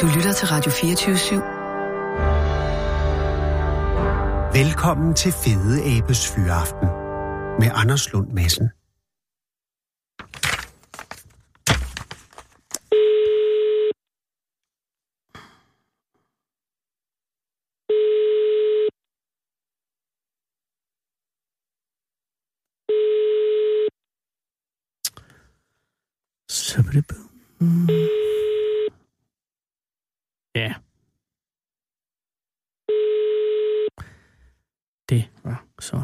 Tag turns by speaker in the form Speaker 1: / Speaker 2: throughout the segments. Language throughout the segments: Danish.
Speaker 1: Du lytter til Radio 24 /7.
Speaker 2: Velkommen til Fede Abes Fyraften med Anders Lund Madsen.
Speaker 3: Ja. Det var så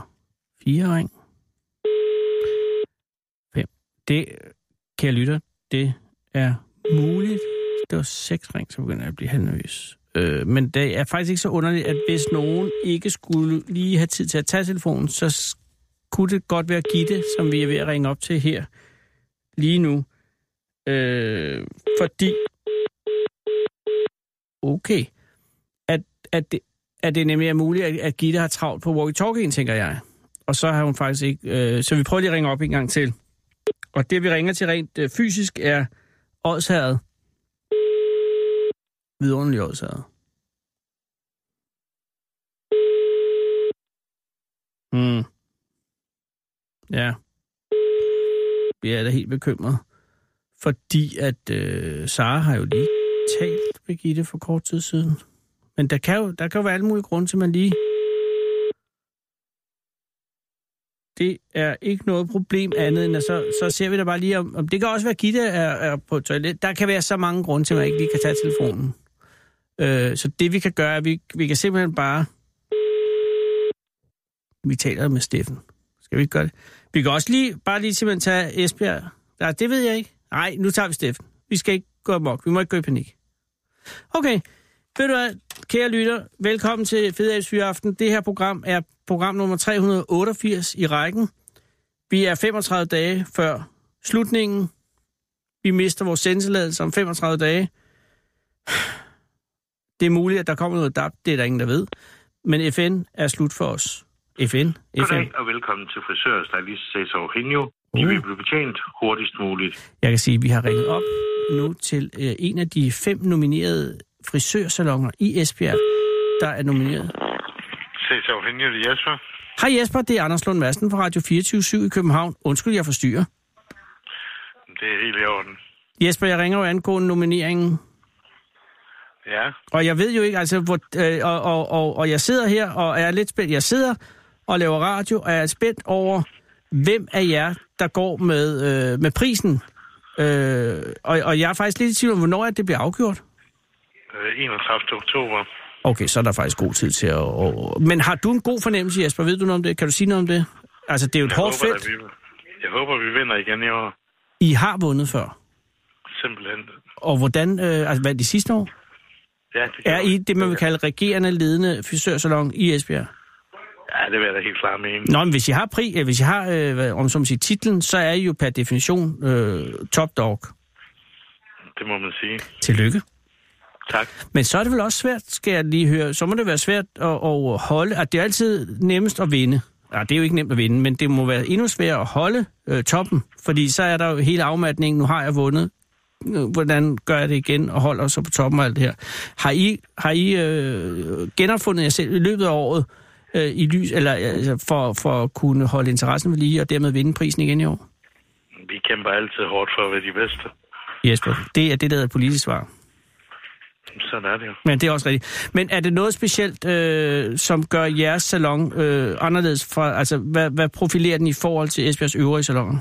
Speaker 3: fire ring. Fem. Det, kære lytter, det er muligt. Det var seks ring, så begynder jeg at blive halvnøs. Øh, men det er faktisk ikke så underligt, at hvis nogen ikke skulle lige have tid til at tage telefonen, så s- kunne det godt være Gitte, som vi er ved at ringe op til her lige nu. Øh, fordi okay, at, at, det, at det nemlig er muligt, at, at Gitte har travlt på walkie-talkie'en, tænker jeg. Og så har hun faktisk ikke... Øh, så vi prøver lige at ringe op en gang til. Og det, vi ringer til rent øh, fysisk, er Ådshavet. Vidunderlig Ådshavet. Hmm. Ja. Jeg er da helt bekymret. Fordi at øh, Sara har jo lige talt med Gitte for kort tid siden. Men der kan jo, der kan jo være alle mulige grunde til, at man lige... Det er ikke noget problem andet end, at så, så ser vi da bare lige om... om det kan også være, at Gitte er, er på toilet. Der kan være så mange grunde til, at man ikke lige kan tage telefonen. Øh, så det vi kan gøre, er, at vi, vi kan simpelthen bare... Vi taler med Steffen. Skal vi ikke gøre det? Vi kan også lige, bare lige simpelthen tage Esbjerg. Nej, det ved jeg ikke. Nej, nu tager vi Steffen. Vi skal ikke gå amok. Vi må ikke gå i panik. Okay. Ved du hvad, kære lytter, velkommen til Fede Fyreaften. Det her program er program nummer 388 i rækken. Vi er 35 dage før slutningen. Vi mister vores sendtilladelse om 35 dage. Det er muligt, at der kommer noget DAP. Det er der ingen, der ved. Men FN er slut for os. FN? FN.
Speaker 4: Goddag Mm. og velkommen til frisør Stylist Cesar Eugenio. I vil blive betjent hurtigst muligt.
Speaker 3: Jeg kan sige, at vi har ringet op nu til øh, en af de fem nominerede frisørsalonger i Esbjerg, der er nomineret.
Speaker 4: Cesar Eugenio, det er Jesper.
Speaker 3: Hej Jesper, det er Anders Lund Madsen fra Radio 24 i København. Undskyld, jeg forstyrrer.
Speaker 4: Det er helt i orden.
Speaker 3: Jesper, jeg ringer jo angående nomineringen,
Speaker 4: Ja,
Speaker 3: og jeg ved jo ikke, altså, hvor, øh, og, og, og, og jeg sidder her og er lidt spændt. Jeg sidder og laver radio, og jeg er spændt over, hvem af jer, der går med, øh, med prisen. Øh, og, og jeg er faktisk lidt i tvivl om, hvornår er det bliver afgjort.
Speaker 4: øh, 31. oktober.
Speaker 3: Okay, så er der faktisk god tid til at... Og... Men har du en god fornemmelse, Jesper? Ved du noget om det? Kan du sige noget om det? Altså, det er jo et
Speaker 4: Jeg
Speaker 3: hårdt
Speaker 4: håber,
Speaker 3: felt.
Speaker 4: at vi, jeg håber, vi vinder igen i år.
Speaker 3: I har vundet før.
Speaker 4: Simpelthen.
Speaker 3: Og hvordan... Øh, altså, hvad de sidste år?
Speaker 4: Ja, det
Speaker 3: Er I det, man vil
Speaker 4: kan.
Speaker 3: kalde regerende ledende frisørsalon i Esbjerg?
Speaker 4: Ja, det vil jeg da helt klart mene.
Speaker 3: Nå, men hvis I har, pri, øh, hvis I har øh, hvad- om som siger, titlen, så er I jo per definition øh, top dog.
Speaker 4: Det må man sige.
Speaker 3: Tillykke.
Speaker 4: Tak.
Speaker 3: Men så er det vel også svært, skal jeg lige høre. Så må det være svært at, at holde... At det er altid nemmest at vinde. Ja, det er jo ikke nemt at vinde, men det må være endnu sværere at holde øh, toppen. Fordi så er der jo hele afmatningen. Nu har jeg vundet. Nu, Hvordan gør jeg det igen og holder så på toppen og alt det her? Har I, har I øh, genopfundet jer selv i løbet af året øh, i lys, eller, altså, for, for at kunne holde interessen ved lige og dermed vinde prisen igen i år?
Speaker 4: Vi kæmper altid hårdt for at være de bedste.
Speaker 3: Jesper, det er det, der hedder et politisk svar.
Speaker 4: Sådan er det jo.
Speaker 3: Men det er også rigtigt. Men er det noget specielt, øh, som gør jeres salon øh, anderledes? Fra, altså, hvad, hvad profilerer den i forhold til Esbjergs øvrige saloner?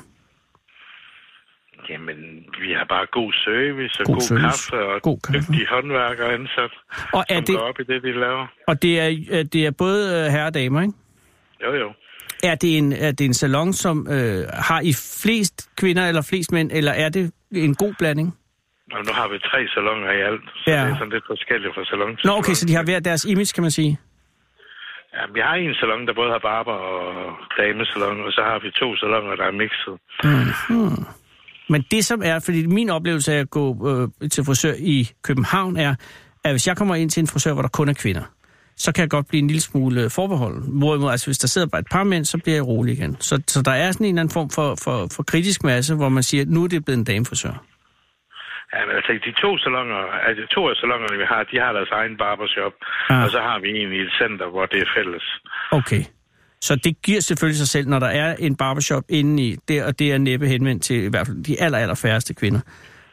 Speaker 4: Jamen, vi har bare god service og
Speaker 3: God
Speaker 4: god, god
Speaker 3: service.
Speaker 4: kaffe og
Speaker 3: God kaffe.
Speaker 4: dygtige håndværkere ansat,
Speaker 3: Og er
Speaker 4: som
Speaker 3: det,
Speaker 4: går op i det, de laver.
Speaker 3: og det er, øh, det er både øh, herre og damer, ikke?
Speaker 4: Jo, jo.
Speaker 3: Er det en, er det en salon, som øh, har i flest kvinder eller flest mænd, eller er det en god blanding?
Speaker 4: Og nu har vi tre salonger i alt, så
Speaker 3: Ja.
Speaker 4: ja. det er sådan lidt forskelligt fra salon til
Speaker 3: Nå, okay,
Speaker 4: salon.
Speaker 3: så de har hver deres image, kan man sige.
Speaker 4: Ja, vi har en salon, der både har barber og damesalon, og så har vi to salonger, der er mixet.
Speaker 3: Men det som er, fordi min oplevelse af at gå øh, til frisør i København er, at hvis jeg kommer ind til en frisør, hvor der kun er kvinder, så kan jeg godt blive en lille smule øh, forbeholden. Hvorimod, altså hvis der sidder bare et par mænd, så bliver jeg rolig igen. Så, så der er sådan en eller anden form for, for, for kritisk masse, hvor man siger, at nu er det blevet en damefrisør.
Speaker 4: Ja, men altså, de to salonger, altså to af salongerne, vi har, de har deres egen barbershop,
Speaker 3: Ah.
Speaker 4: ah. og så har vi en i et center, hvor det er fælles.
Speaker 3: Okay. Så det giver selvfølgelig sig selv, når der er en barbershop inde i der, og det er næppe henvendt til i hvert fald de aller, aller færreste kvinder,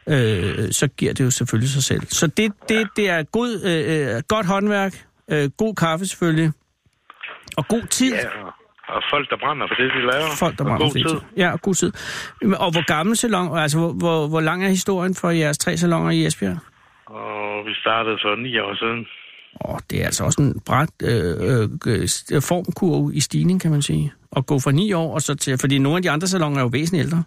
Speaker 3: øh, så giver det jo selvfølgelig sig selv. Så det, det, det er god, øh, øh, godt håndværk, øh, god kaffe selvfølgelig, og god tid.
Speaker 4: Ja, og, og folk, der brænder for det, de laver.
Speaker 3: Folk, der
Speaker 4: Og
Speaker 3: brænder
Speaker 4: god
Speaker 3: for det.
Speaker 4: tid.
Speaker 3: Ja, og god tid. Men- Og hvor gammel salon, altså hvor, hvor, hvor lang er historien for jeres tre salonger i Esbjerg?
Speaker 4: Og vi startede for ni år siden.
Speaker 3: Åh, det er altså også en bræt øh, øh, øh, formkurve i stigning, kan man sige. At gå fra 9 år og så til... Fordi nogle af de andre salonger er jo væsentligt ældre.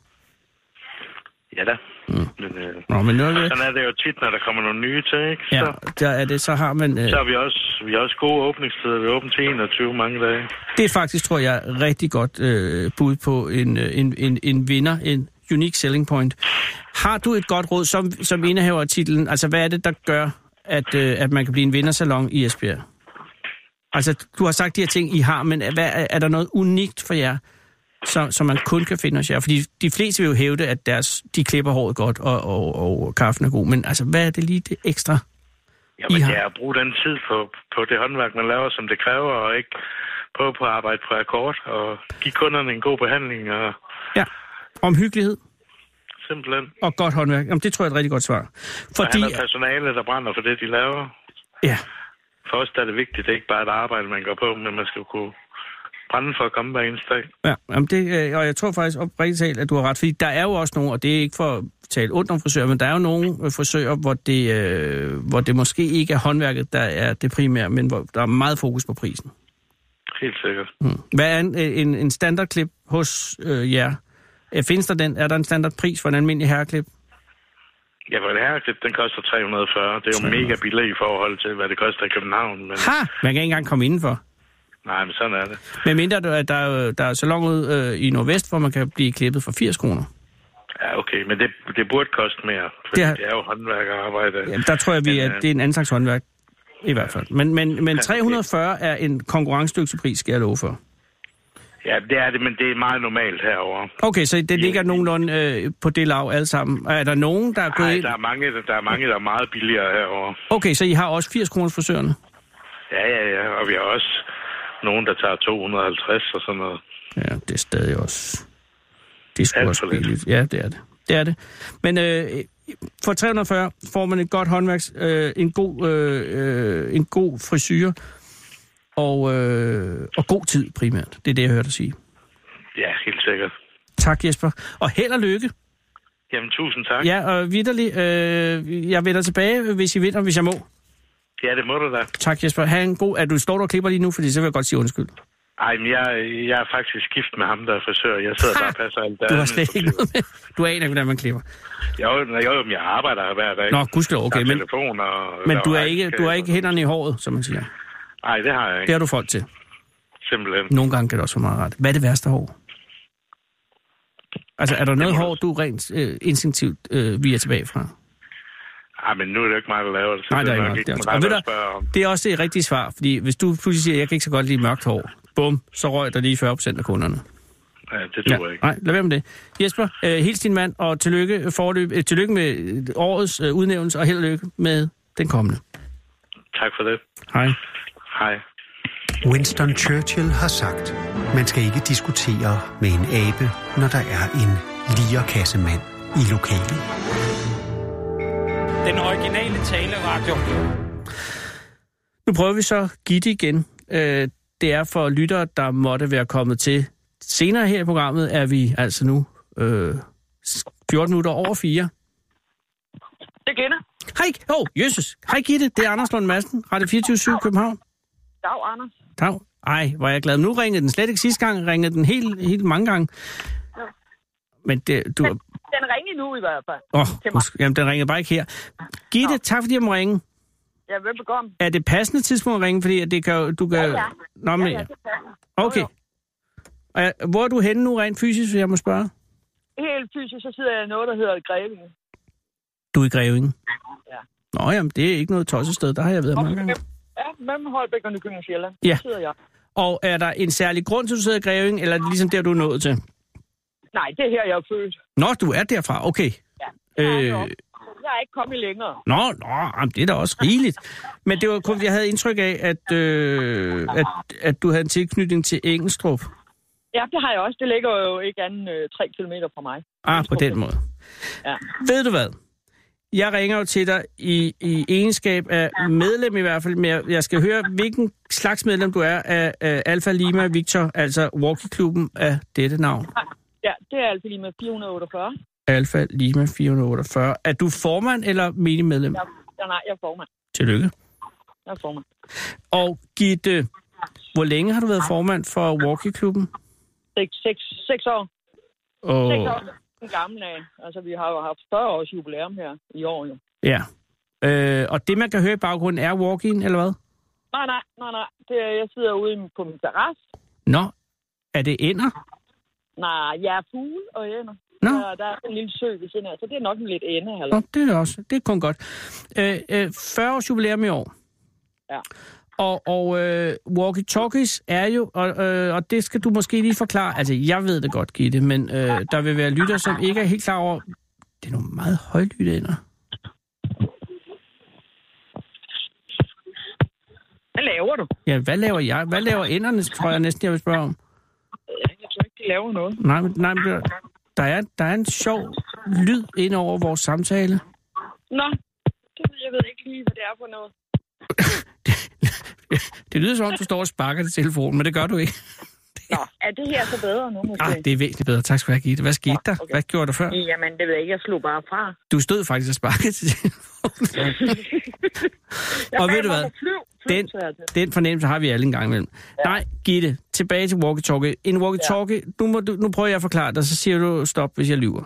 Speaker 4: Ja da. Mm. Men, øh,
Speaker 3: Nå, men nu er
Speaker 4: og
Speaker 3: det...
Speaker 4: sådan er det jo tit, når der kommer nogle nye til, ikke?
Speaker 3: Ja,
Speaker 4: Så,
Speaker 3: der er det, så har man... Øh,
Speaker 4: så har vi også, vi har også gode åbningstider. Vi er åbent til 21 mange dage.
Speaker 3: det er faktisk, tror jeg, rigtig godt øh, bud på en, øh, en, en, en vinder, en unique selling point. Har du et godt råd som, som indehaver af titlen? Altså, hvad er det, der gør, at, øh, at man kan blive en vindersalon i Esbjerg? Altså, du har sagt de her ting, I har, men hvad, er, er der noget unikt for jer, som, som man kun kan finde hos jer? Fordi de fleste vil jo hævde, at deres, de klipper håret godt, og, og, og kaffen er god, men altså, hvad er det lige det ekstra?
Speaker 4: Jamen,
Speaker 3: I har-
Speaker 4: det er at bruge den tid på, på det håndværk, man laver, som det kræver, og ikke prøve på at arbejde på akkord, og give kunderne en god behandling, og
Speaker 3: Ja, omhyggelighed
Speaker 4: simpelthen
Speaker 3: og godt håndværk. Jamen, det tror jeg er et rigtig godt svar.
Speaker 4: Fordi...
Speaker 3: Fordi,
Speaker 4: Han er personale, der brænder for det, de laver.
Speaker 3: ja,
Speaker 4: For os der er det vigtigt, det er ikke bare et arbejde, man går på, men man skal kunne brænde for at komme hver eneste dag.
Speaker 3: Ja, jamen det, øh, og jeg tror faktisk oprigtigt talt, at du har ret, fordi der er jo også nogle, og det er ikke for at tale ondt om frisører, men der er jo nogle øh, frisører, hvor det, øh, hvor det måske ikke er håndværket, der er det primære, men hvor der er meget fokus på prisen.
Speaker 4: Helt sikkert.
Speaker 3: Mm. Hvad er en, en, en standardklip hos øh, jer? Øh, Findes der den? Er der en standardpris for en almindelig herreklip?
Speaker 4: Ja, for en herreklip, den koster 340. Det er jo mega billigt i forhold til, hvad det koster i København. Men
Speaker 3: Ha! Man kan ikke engang komme indenfor.
Speaker 4: nej, men sådan er det.
Speaker 3: Men mindre, at der, er jo- der er salon ud øh, i Nordvest, hvor man kan blive klippet for 80 kroner.
Speaker 4: Ja, okay, men det, det burde koste mere,
Speaker 3: Det
Speaker 4: fordi det,
Speaker 3: har-
Speaker 4: har... det er jo håndværkerarbejde.
Speaker 3: Ja, der tror jeg, vi,
Speaker 4: Men,
Speaker 3: at
Speaker 4: øh,
Speaker 3: det er en anden slags håndværk. I hvert fald. Men, men, men 340 er en konkurrencedygtig pris, skal jeg love for.
Speaker 4: Ja, det er det, men det er meget normalt herover.
Speaker 3: Okay, så det ligger nogenlunde øh, på det lav alle sammen. Og Er der nogen, der er gået
Speaker 4: Nej,
Speaker 3: ind?
Speaker 4: der er mange, der er mange, der er meget billigere herover.
Speaker 3: Okay, så I har også 80 kroner frisørerne?
Speaker 4: Ja, ja, ja, og vi har også nogen, der tager 250 og sådan noget.
Speaker 3: Ja, det er stadig også... Det er sgu
Speaker 4: Alt
Speaker 3: også
Speaker 4: for lidt.
Speaker 3: billigt. Ja, det er det. Det er det. Men øh, for 340 får man et godt håndværks... Øh, en, god, øh, øh, en god frisyr. Og, øh, og god tid primært. Det er det, jeg hørte dig sige.
Speaker 4: Ja, helt sikkert.
Speaker 3: Tak, Jesper. Og held og lykke.
Speaker 4: Jamen, tusind tak.
Speaker 3: Ja, og vidderlig, øh, jeg vender tilbage, hvis I vil, og hvis jeg må.
Speaker 4: Ja, det må du da.
Speaker 3: Tak, Jesper. Ha' en god... Er du står du og klipper lige nu, fordi så vil jeg godt sige undskyld.
Speaker 4: Ej, men jeg, jeg er faktisk gift med ham, der er frisør. Jeg sidder bare og passer alt der.
Speaker 3: Du har slet ikke noget med. Du aner ikke, hvordan man klipper.
Speaker 4: Jo, nej, jo, men jeg arbejder her hver dag.
Speaker 3: Nå, gudskelov, okay.
Speaker 4: Der er
Speaker 3: Men,
Speaker 4: telefon og...
Speaker 3: men
Speaker 4: laver
Speaker 3: du, er ikke,
Speaker 4: regnskaber.
Speaker 3: du har ikke hænderne i håret, som man siger.
Speaker 4: Nej, det har jeg
Speaker 3: Det
Speaker 4: ikke,
Speaker 3: har du folk til.
Speaker 4: simpelthen.
Speaker 3: Nogle gange kan det også være meget rart. Hvad er det værste hår? Altså, er der noget
Speaker 4: må du-
Speaker 3: hår, du rent øh, instinktivt øh, viger tilbage fra?
Speaker 4: Ej, men nu er det jo ikke mig, der laver det. så
Speaker 3: Nej, det er ikke
Speaker 4: nok
Speaker 3: nok. Det er, også-
Speaker 4: mig,
Speaker 3: og ved
Speaker 4: der
Speaker 3: du,
Speaker 4: spørger om.
Speaker 3: det er også det rigtige svar, fordi hvis du pludselig siger, at jeg kan ikke så godt lide mørkt hår, bum, så røg der lige 40 procent af kunderne.
Speaker 4: Ja, det tror jeg ikke.
Speaker 3: Nej, lad være med det. Jesper, øh, hils din mand, og tillykke, forløb, øh, tillykke med øh, årets øh, udnævnelse, og held og lykke med den kommende.
Speaker 4: Tak for det.
Speaker 3: Hej.
Speaker 4: Hej.
Speaker 2: Winston Churchill har sagt, man skal ikke diskutere med en abe, når der er en lierkassemand i lokalet.
Speaker 5: Den originale taleradio.
Speaker 3: Nu prøver vi så Gitte igen. Øh, det er for lyttere, der måtte være kommet til. Senere her i programmet er vi altså nu øh, 14 minutter over 4.
Speaker 6: Det gælder.
Speaker 3: Hej, oh, Jesus. Hej Gitte, det er Anders Lund Madsen, Radio 24 København.
Speaker 6: Dag, Anders.
Speaker 3: Dag. Ej, hvor er jeg glad. Nu ringede den slet ikke sidste gang, ringede den helt, helt mange gange. Men det, du,
Speaker 6: Den ringer nu i hvert fald.
Speaker 3: Åh,
Speaker 6: mig.
Speaker 3: oh, jamen den ringer bare ikke her. Gitte, tak fordi jeg må ringe.
Speaker 6: Ja, velbekomme.
Speaker 3: Er det passende tidspunkt at ringe, fordi at det kan, jo- du kan...
Speaker 6: Ja, ja.
Speaker 3: Nå, men,
Speaker 6: Ja, ja, det passer.
Speaker 3: okay.
Speaker 6: Jo, jo.
Speaker 3: Og jeg- Hvor er du henne nu rent fysisk, hvis jeg må spørge?
Speaker 6: Helt fysisk, så sidder jeg i noget, der hedder Grevinge.
Speaker 3: Du er i Grevingen.
Speaker 6: Ja.
Speaker 3: Nå, jamen, det er ikke noget tosset sted, der har jeg været mange gange.
Speaker 6: Ja, mellem Holbæk og Nykøbing Sjælland.
Speaker 3: Ja.
Speaker 6: Der sidder jeg.
Speaker 3: Og er der en særlig grund til, at du sidder i Grevingen, eller er det ligesom der, du er nået til?
Speaker 6: Nej, det er her, jeg er født.
Speaker 3: Nå, du er derfra, okay.
Speaker 6: Ja.
Speaker 3: Øh,
Speaker 6: Jeg er ikke kommet længere.
Speaker 3: Nå, nå, jamen, det er da også rigeligt. Men det var kun, jeg havde indtryk af, at, øh, at, at du havde en tilknytning til Engelstrup.
Speaker 6: Ja, det har jeg også. Det ligger jo ikke anden øh, 3 km fra mig.
Speaker 3: Ah, på den måde.
Speaker 6: Ja.
Speaker 3: Ved du hvad? Jeg ringer jo til dig i, i egenskab af medlem i hvert fald, men jeg, jeg skal høre, hvilken slags medlem du er af, af Alfa Lima Victor, altså walkie-klubben af dette navn.
Speaker 6: Ja, det er altså lige med 448.
Speaker 3: Alfa Lima 448. Er du formand eller menig medlem?
Speaker 6: Jeg, ja, nej, jeg er formand.
Speaker 3: Tillykke.
Speaker 6: Jeg er formand.
Speaker 3: Og Gitte, hvor længe har du været formand for walkie-klubben?
Speaker 6: 6, 6, 6 år.
Speaker 3: Og...
Speaker 6: 6 år. Den gamle af. Altså, vi har jo haft 40 års jubilæum her i år jo.
Speaker 3: Ja. Øh, og det, man kan høre i baggrunden, er walk eller hvad?
Speaker 6: Nej, nej, nej, nej. Det, er- jeg sidder ude på min terrasse.
Speaker 3: Nå, er det ender?
Speaker 6: Nej, jeg er fugle og ender.
Speaker 3: Nå.
Speaker 6: Der, der er en lille sø ved siden af, så det er nok en lidt ende. Eller?
Speaker 3: Nå, det er også. Det er kun godt. Øh, øh, 40 års jubilæum i år.
Speaker 6: Ja.
Speaker 3: Og, og øh, walkie-talkies er jo, og, øh, og det skal du måske lige forklare, altså jeg ved det godt, Gitte, men øh, der vil være lytter, som ikke er helt klar over, det er nogle meget højlytte ender.
Speaker 6: Hvad laver du?
Speaker 3: Ja, hvad laver jeg? Hvad laver enderne, tror jeg næsten, jeg vil spørge om.
Speaker 6: Jeg tror ikke, de laver noget.
Speaker 3: Nej, men, nej, men der- der er, der er en sjov lyd ind over vores samtale.
Speaker 6: Nå, det, ved- jeg ved ikke lige, hvad det er for noget.
Speaker 3: Det lyder som om, du står og sparker til telefonen, men det gør du ikke.
Speaker 6: Nå, er det her så bedre nu måske?
Speaker 3: Ah, det er væsentligt bedre. Tak skal du have, Gitte. Hvad skete der?
Speaker 6: okay. Øh,
Speaker 3: Hvad gjorde du før?
Speaker 6: Jamen, det ved jeg ikke. Jeg slog bare fra.
Speaker 3: Du stod faktisk og sparkede til telefonen.
Speaker 6: Jeg
Speaker 3: Og
Speaker 6: bad
Speaker 3: ved du
Speaker 6: mig
Speaker 3: hvad?
Speaker 6: om at flyve. Flyve,
Speaker 3: Den,
Speaker 6: sagde jeg til.
Speaker 3: den fornemmelse har vi alle en gang imellem. Ja. Nej, Gitte, tilbage til walkie-talkie. En walkie-talkie, ja. nu, må du, nu prøver jeg at forklare dig, så siger du stop, hvis jeg lyver.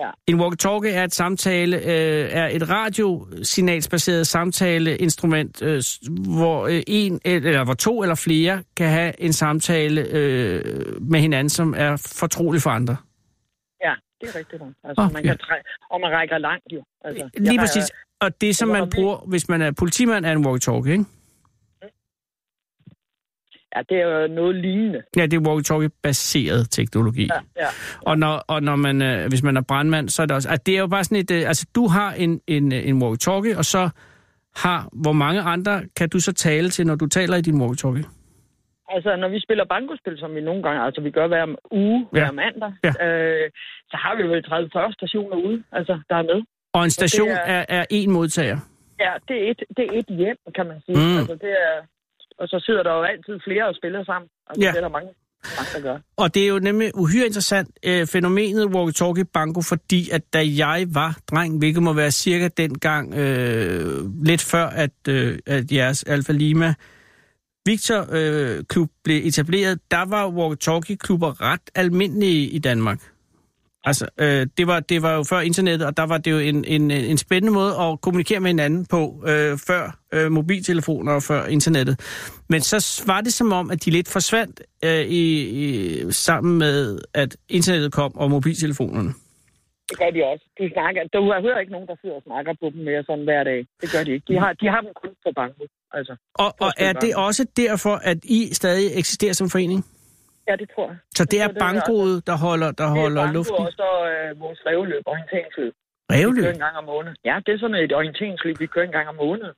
Speaker 6: Ja.
Speaker 3: En walkie-talkie er et samtale, øh, er et radiosignalsbaseret samtaleinstrument, øh, s- hvor øh, en eller hvor to eller flere kan have en samtale øh, med hinanden, som er fortrolig for andre.
Speaker 6: Ja, det er rigtigt. nok. Altså,
Speaker 3: Åh,
Speaker 6: man
Speaker 3: ja.
Speaker 6: kan træ... Og man rækker langt jo. Altså, jeg
Speaker 3: Lige
Speaker 6: har-
Speaker 3: præcis. Og det, som
Speaker 6: jeg
Speaker 3: man
Speaker 6: var-
Speaker 3: bruger, hvis man er politimand, er en walkie-talkie, ikke?
Speaker 6: Ja, det er jo noget lignende.
Speaker 3: Ja, det er walkie-talkie-baseret teknologi. Ja.
Speaker 6: Ja.
Speaker 3: Og, når, og når man, øh, hvis man er brandmand, så er det også... At det er jo bare sådan et... Øh, altså, du har en, en, øh, en walkie-talkie, og så har... Hvor mange andre kan du så tale til, når du taler i din walkie-talkie?
Speaker 6: Altså, når vi spiller bankospil, som vi nogle gange, altså vi gør hver uge,
Speaker 3: Ja.
Speaker 6: ja. hver mandag,
Speaker 3: Ja.
Speaker 6: øh, så har vi jo 30-40 stationer ude, altså, der er med.
Speaker 3: Og en station
Speaker 6: er-
Speaker 3: er... er én modtager.
Speaker 6: Ja, det er et, det er et hjem, kan man sige.
Speaker 3: Mm.
Speaker 6: Mm. Altså, det er, og så sidder der jo altid flere og spiller sammen. Altså,
Speaker 3: Ja.
Speaker 6: ja. Det er der mange, mange der gør.
Speaker 3: Og det er jo nemlig uhyre interessant, øh, fænomenet walkie-talkie banko, fordi at da jeg var dreng, hvilket må være cirka dengang, øh, lidt før at, øh, at jeres Alfa Lima Victor øh, klub blev etableret, der var walkie-talkie klubber ret almindelige i Danmark. Altså, øh, det, var, det var jo før internettet, og der var det jo en, en, en spændende måde at kommunikere med hinanden på, øh, før øh, mobiltelefoner og før internettet. Men så s- var det som om, at de lidt forsvandt øh, i, i, sammen med, at internettet kom og mobiltelefonerne.
Speaker 6: Det gør de også. De snakker, du har hører ikke nogen, der sidder og snakker på dem mere sådan hver dag. Det gør de ikke. De har, de har dem kun på banko. Altså,
Speaker 3: Og, og er det også derfor, at I stadig eksisterer som forening?
Speaker 6: ja, det tror jeg.
Speaker 3: Så det er
Speaker 6: tror, det er
Speaker 3: bankoet, der holder, der
Speaker 6: det er
Speaker 3: holder
Speaker 6: banko
Speaker 3: luften?
Speaker 6: og så øh, vores revløb, orienteringsløb. Vi kører
Speaker 3: Revløb?
Speaker 6: en gang om måneden. Ja, det er sådan et orienteringsløb, vi kører en gang om måneden.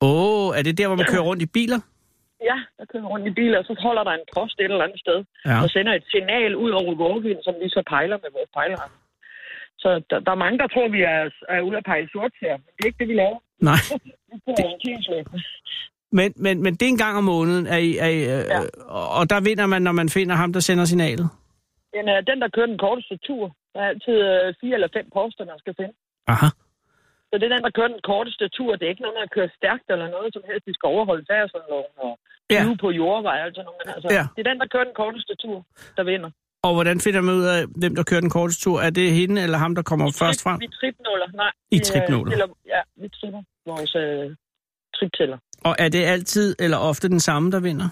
Speaker 3: Åh, oh, er det der, hvor man kører rundt i biler?
Speaker 6: Ja, der kører rundt i biler, og så holder der en post et eller andet sted,
Speaker 3: Ja.
Speaker 6: ja. og sender et signal ud over walkien, som vi så pejler med vores pejler. Så der, der er mange, der tror, vi er, er ude at pejle sort her. Men det er ikke det, vi laver.
Speaker 3: Nej.
Speaker 6: Vi kører orienteringsløb.
Speaker 3: Men, men, men det er en gang om måneden, er I, er I, øh, ja.
Speaker 6: Ja.
Speaker 3: og der vinder man, når man finder ham, der sender signalet.
Speaker 6: Den, øh, den, der kører den korteste tur, der er altid øh, fire eller fem poster, man skal finde.
Speaker 3: Aha.
Speaker 6: Så det er den, der kører den korteste tur. Det er ikke noget med at køre stærkt eller noget som helst. Vi skal overholde færdselsloven og
Speaker 3: Ja.
Speaker 6: flyve på jordvej. Altså, men altså,
Speaker 3: Ja.
Speaker 6: ja. Det er den, der kører den korteste tur, der vinder.
Speaker 3: Og hvordan finder man ud af, hvem der kører den korteste tur? Er det hende eller ham, der kommer først frem?
Speaker 6: Vi tripnuller. Nej,
Speaker 3: I
Speaker 6: vi, øh,
Speaker 3: tripnuller.
Speaker 6: tæller- Ja, vi tripper vores øh, triptæller.
Speaker 3: Og er det altid eller ofte den samme, der vinder?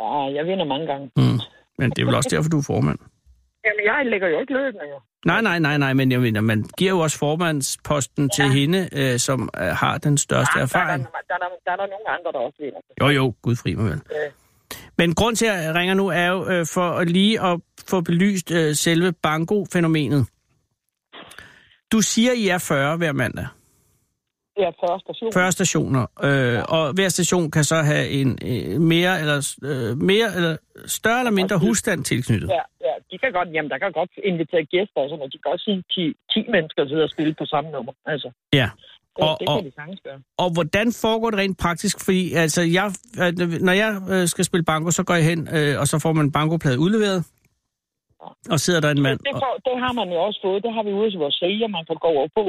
Speaker 6: Ah, jeg vinder mange gange.
Speaker 3: Mm. Men det er vel også derfor, du er formand.
Speaker 6: Jamen, jeg lægger jo ikke løbende, jo.
Speaker 3: Nej, nej, nej, nej, men jeg mener, man giver jo også formandsposten ja. til hende, øh, som øh, har den største
Speaker 6: Ah, der, er,
Speaker 3: erfaring.
Speaker 6: der, der, der, der er der nogle andre, der også vinder.
Speaker 3: Jo, jo, gud fri mig vel.
Speaker 6: Ja.
Speaker 3: Men grund til, at jeg ringer nu, er jo øh, for at lige at få belyst øh, selve banko-fænomenet. Du siger, I er 40 hver mandag.
Speaker 6: Det er første station.
Speaker 3: 40 stationer. Øh, og hver station kan så have en øh, mere eller øh, mere eller større eller mindre husstand tilknyttet.
Speaker 6: Ja, ja, de kan godt, jamen der kan godt invitere gæster og sådan noget. De kan også sige 10, 10 mennesker til at spille på samme nummer. Altså,
Speaker 3: Ja.
Speaker 6: det,
Speaker 3: Og-
Speaker 6: og, det
Speaker 3: og-
Speaker 6: kan de sagtens gøre.
Speaker 3: Og hvordan foregår det rent praktisk? Fordi altså, jeg, øh, når jeg øh, skal spille banko, så går jeg hen, øh, og så får man en bankoplade udleveret. Og sidder der en mand.
Speaker 6: Det,
Speaker 3: Og,
Speaker 6: får, det har man jo også fået. Det har vi ude til vores sælger, man kan gå over på.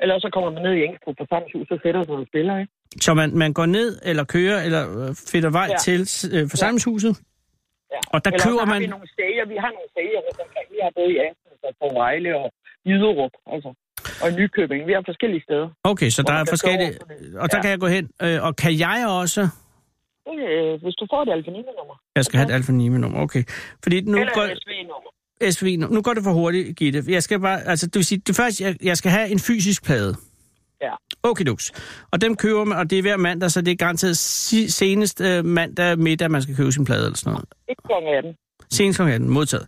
Speaker 6: Eller så kommer man ned i Engstrup på samme hus og sætter sig og spiller, ikke?
Speaker 3: så man, man går ned, eller kører, eller øh, finder vej ja.
Speaker 6: Ja.
Speaker 3: til øh, forsamlingshuset.
Speaker 6: Ja.
Speaker 3: Og der
Speaker 6: Eller
Speaker 3: køber
Speaker 6: så har
Speaker 3: man-
Speaker 6: vi nogle sælger. Vi har nogle sælger rundt omkring. Vi har både i Astens og på Vejle og Jyderup, altså. Og i Nykøbing. Vi har forskellige steder.
Speaker 3: Okay, så
Speaker 6: Hvor
Speaker 3: der
Speaker 6: man
Speaker 3: er
Speaker 6: kan gå
Speaker 3: forskellige...
Speaker 6: over på det.
Speaker 3: Og der
Speaker 6: Ja.
Speaker 3: kan jeg gå hen. Øh, og kan jeg også...
Speaker 6: Øh, hvis du får et alfanime-nummer.
Speaker 3: Jeg skal have et alfa nummer okay. Fordi nu
Speaker 6: Mhm. Eller
Speaker 3: går,
Speaker 6: et SV-nummer.
Speaker 3: SV, nu går det for hurtigt, Gitte. Jeg skal bare, altså, det vil sige, det første, jeg, jeg skal have en fysisk plade.
Speaker 6: Ja.
Speaker 3: Okay, duks. Og dem køber man, og det er hver mandag, så det er garanteret si- senest øh, mandag middag, man skal købe sin plade eller sådan noget.
Speaker 6: Ikke kl. 18.
Speaker 3: Senest kl. 18, modtaget.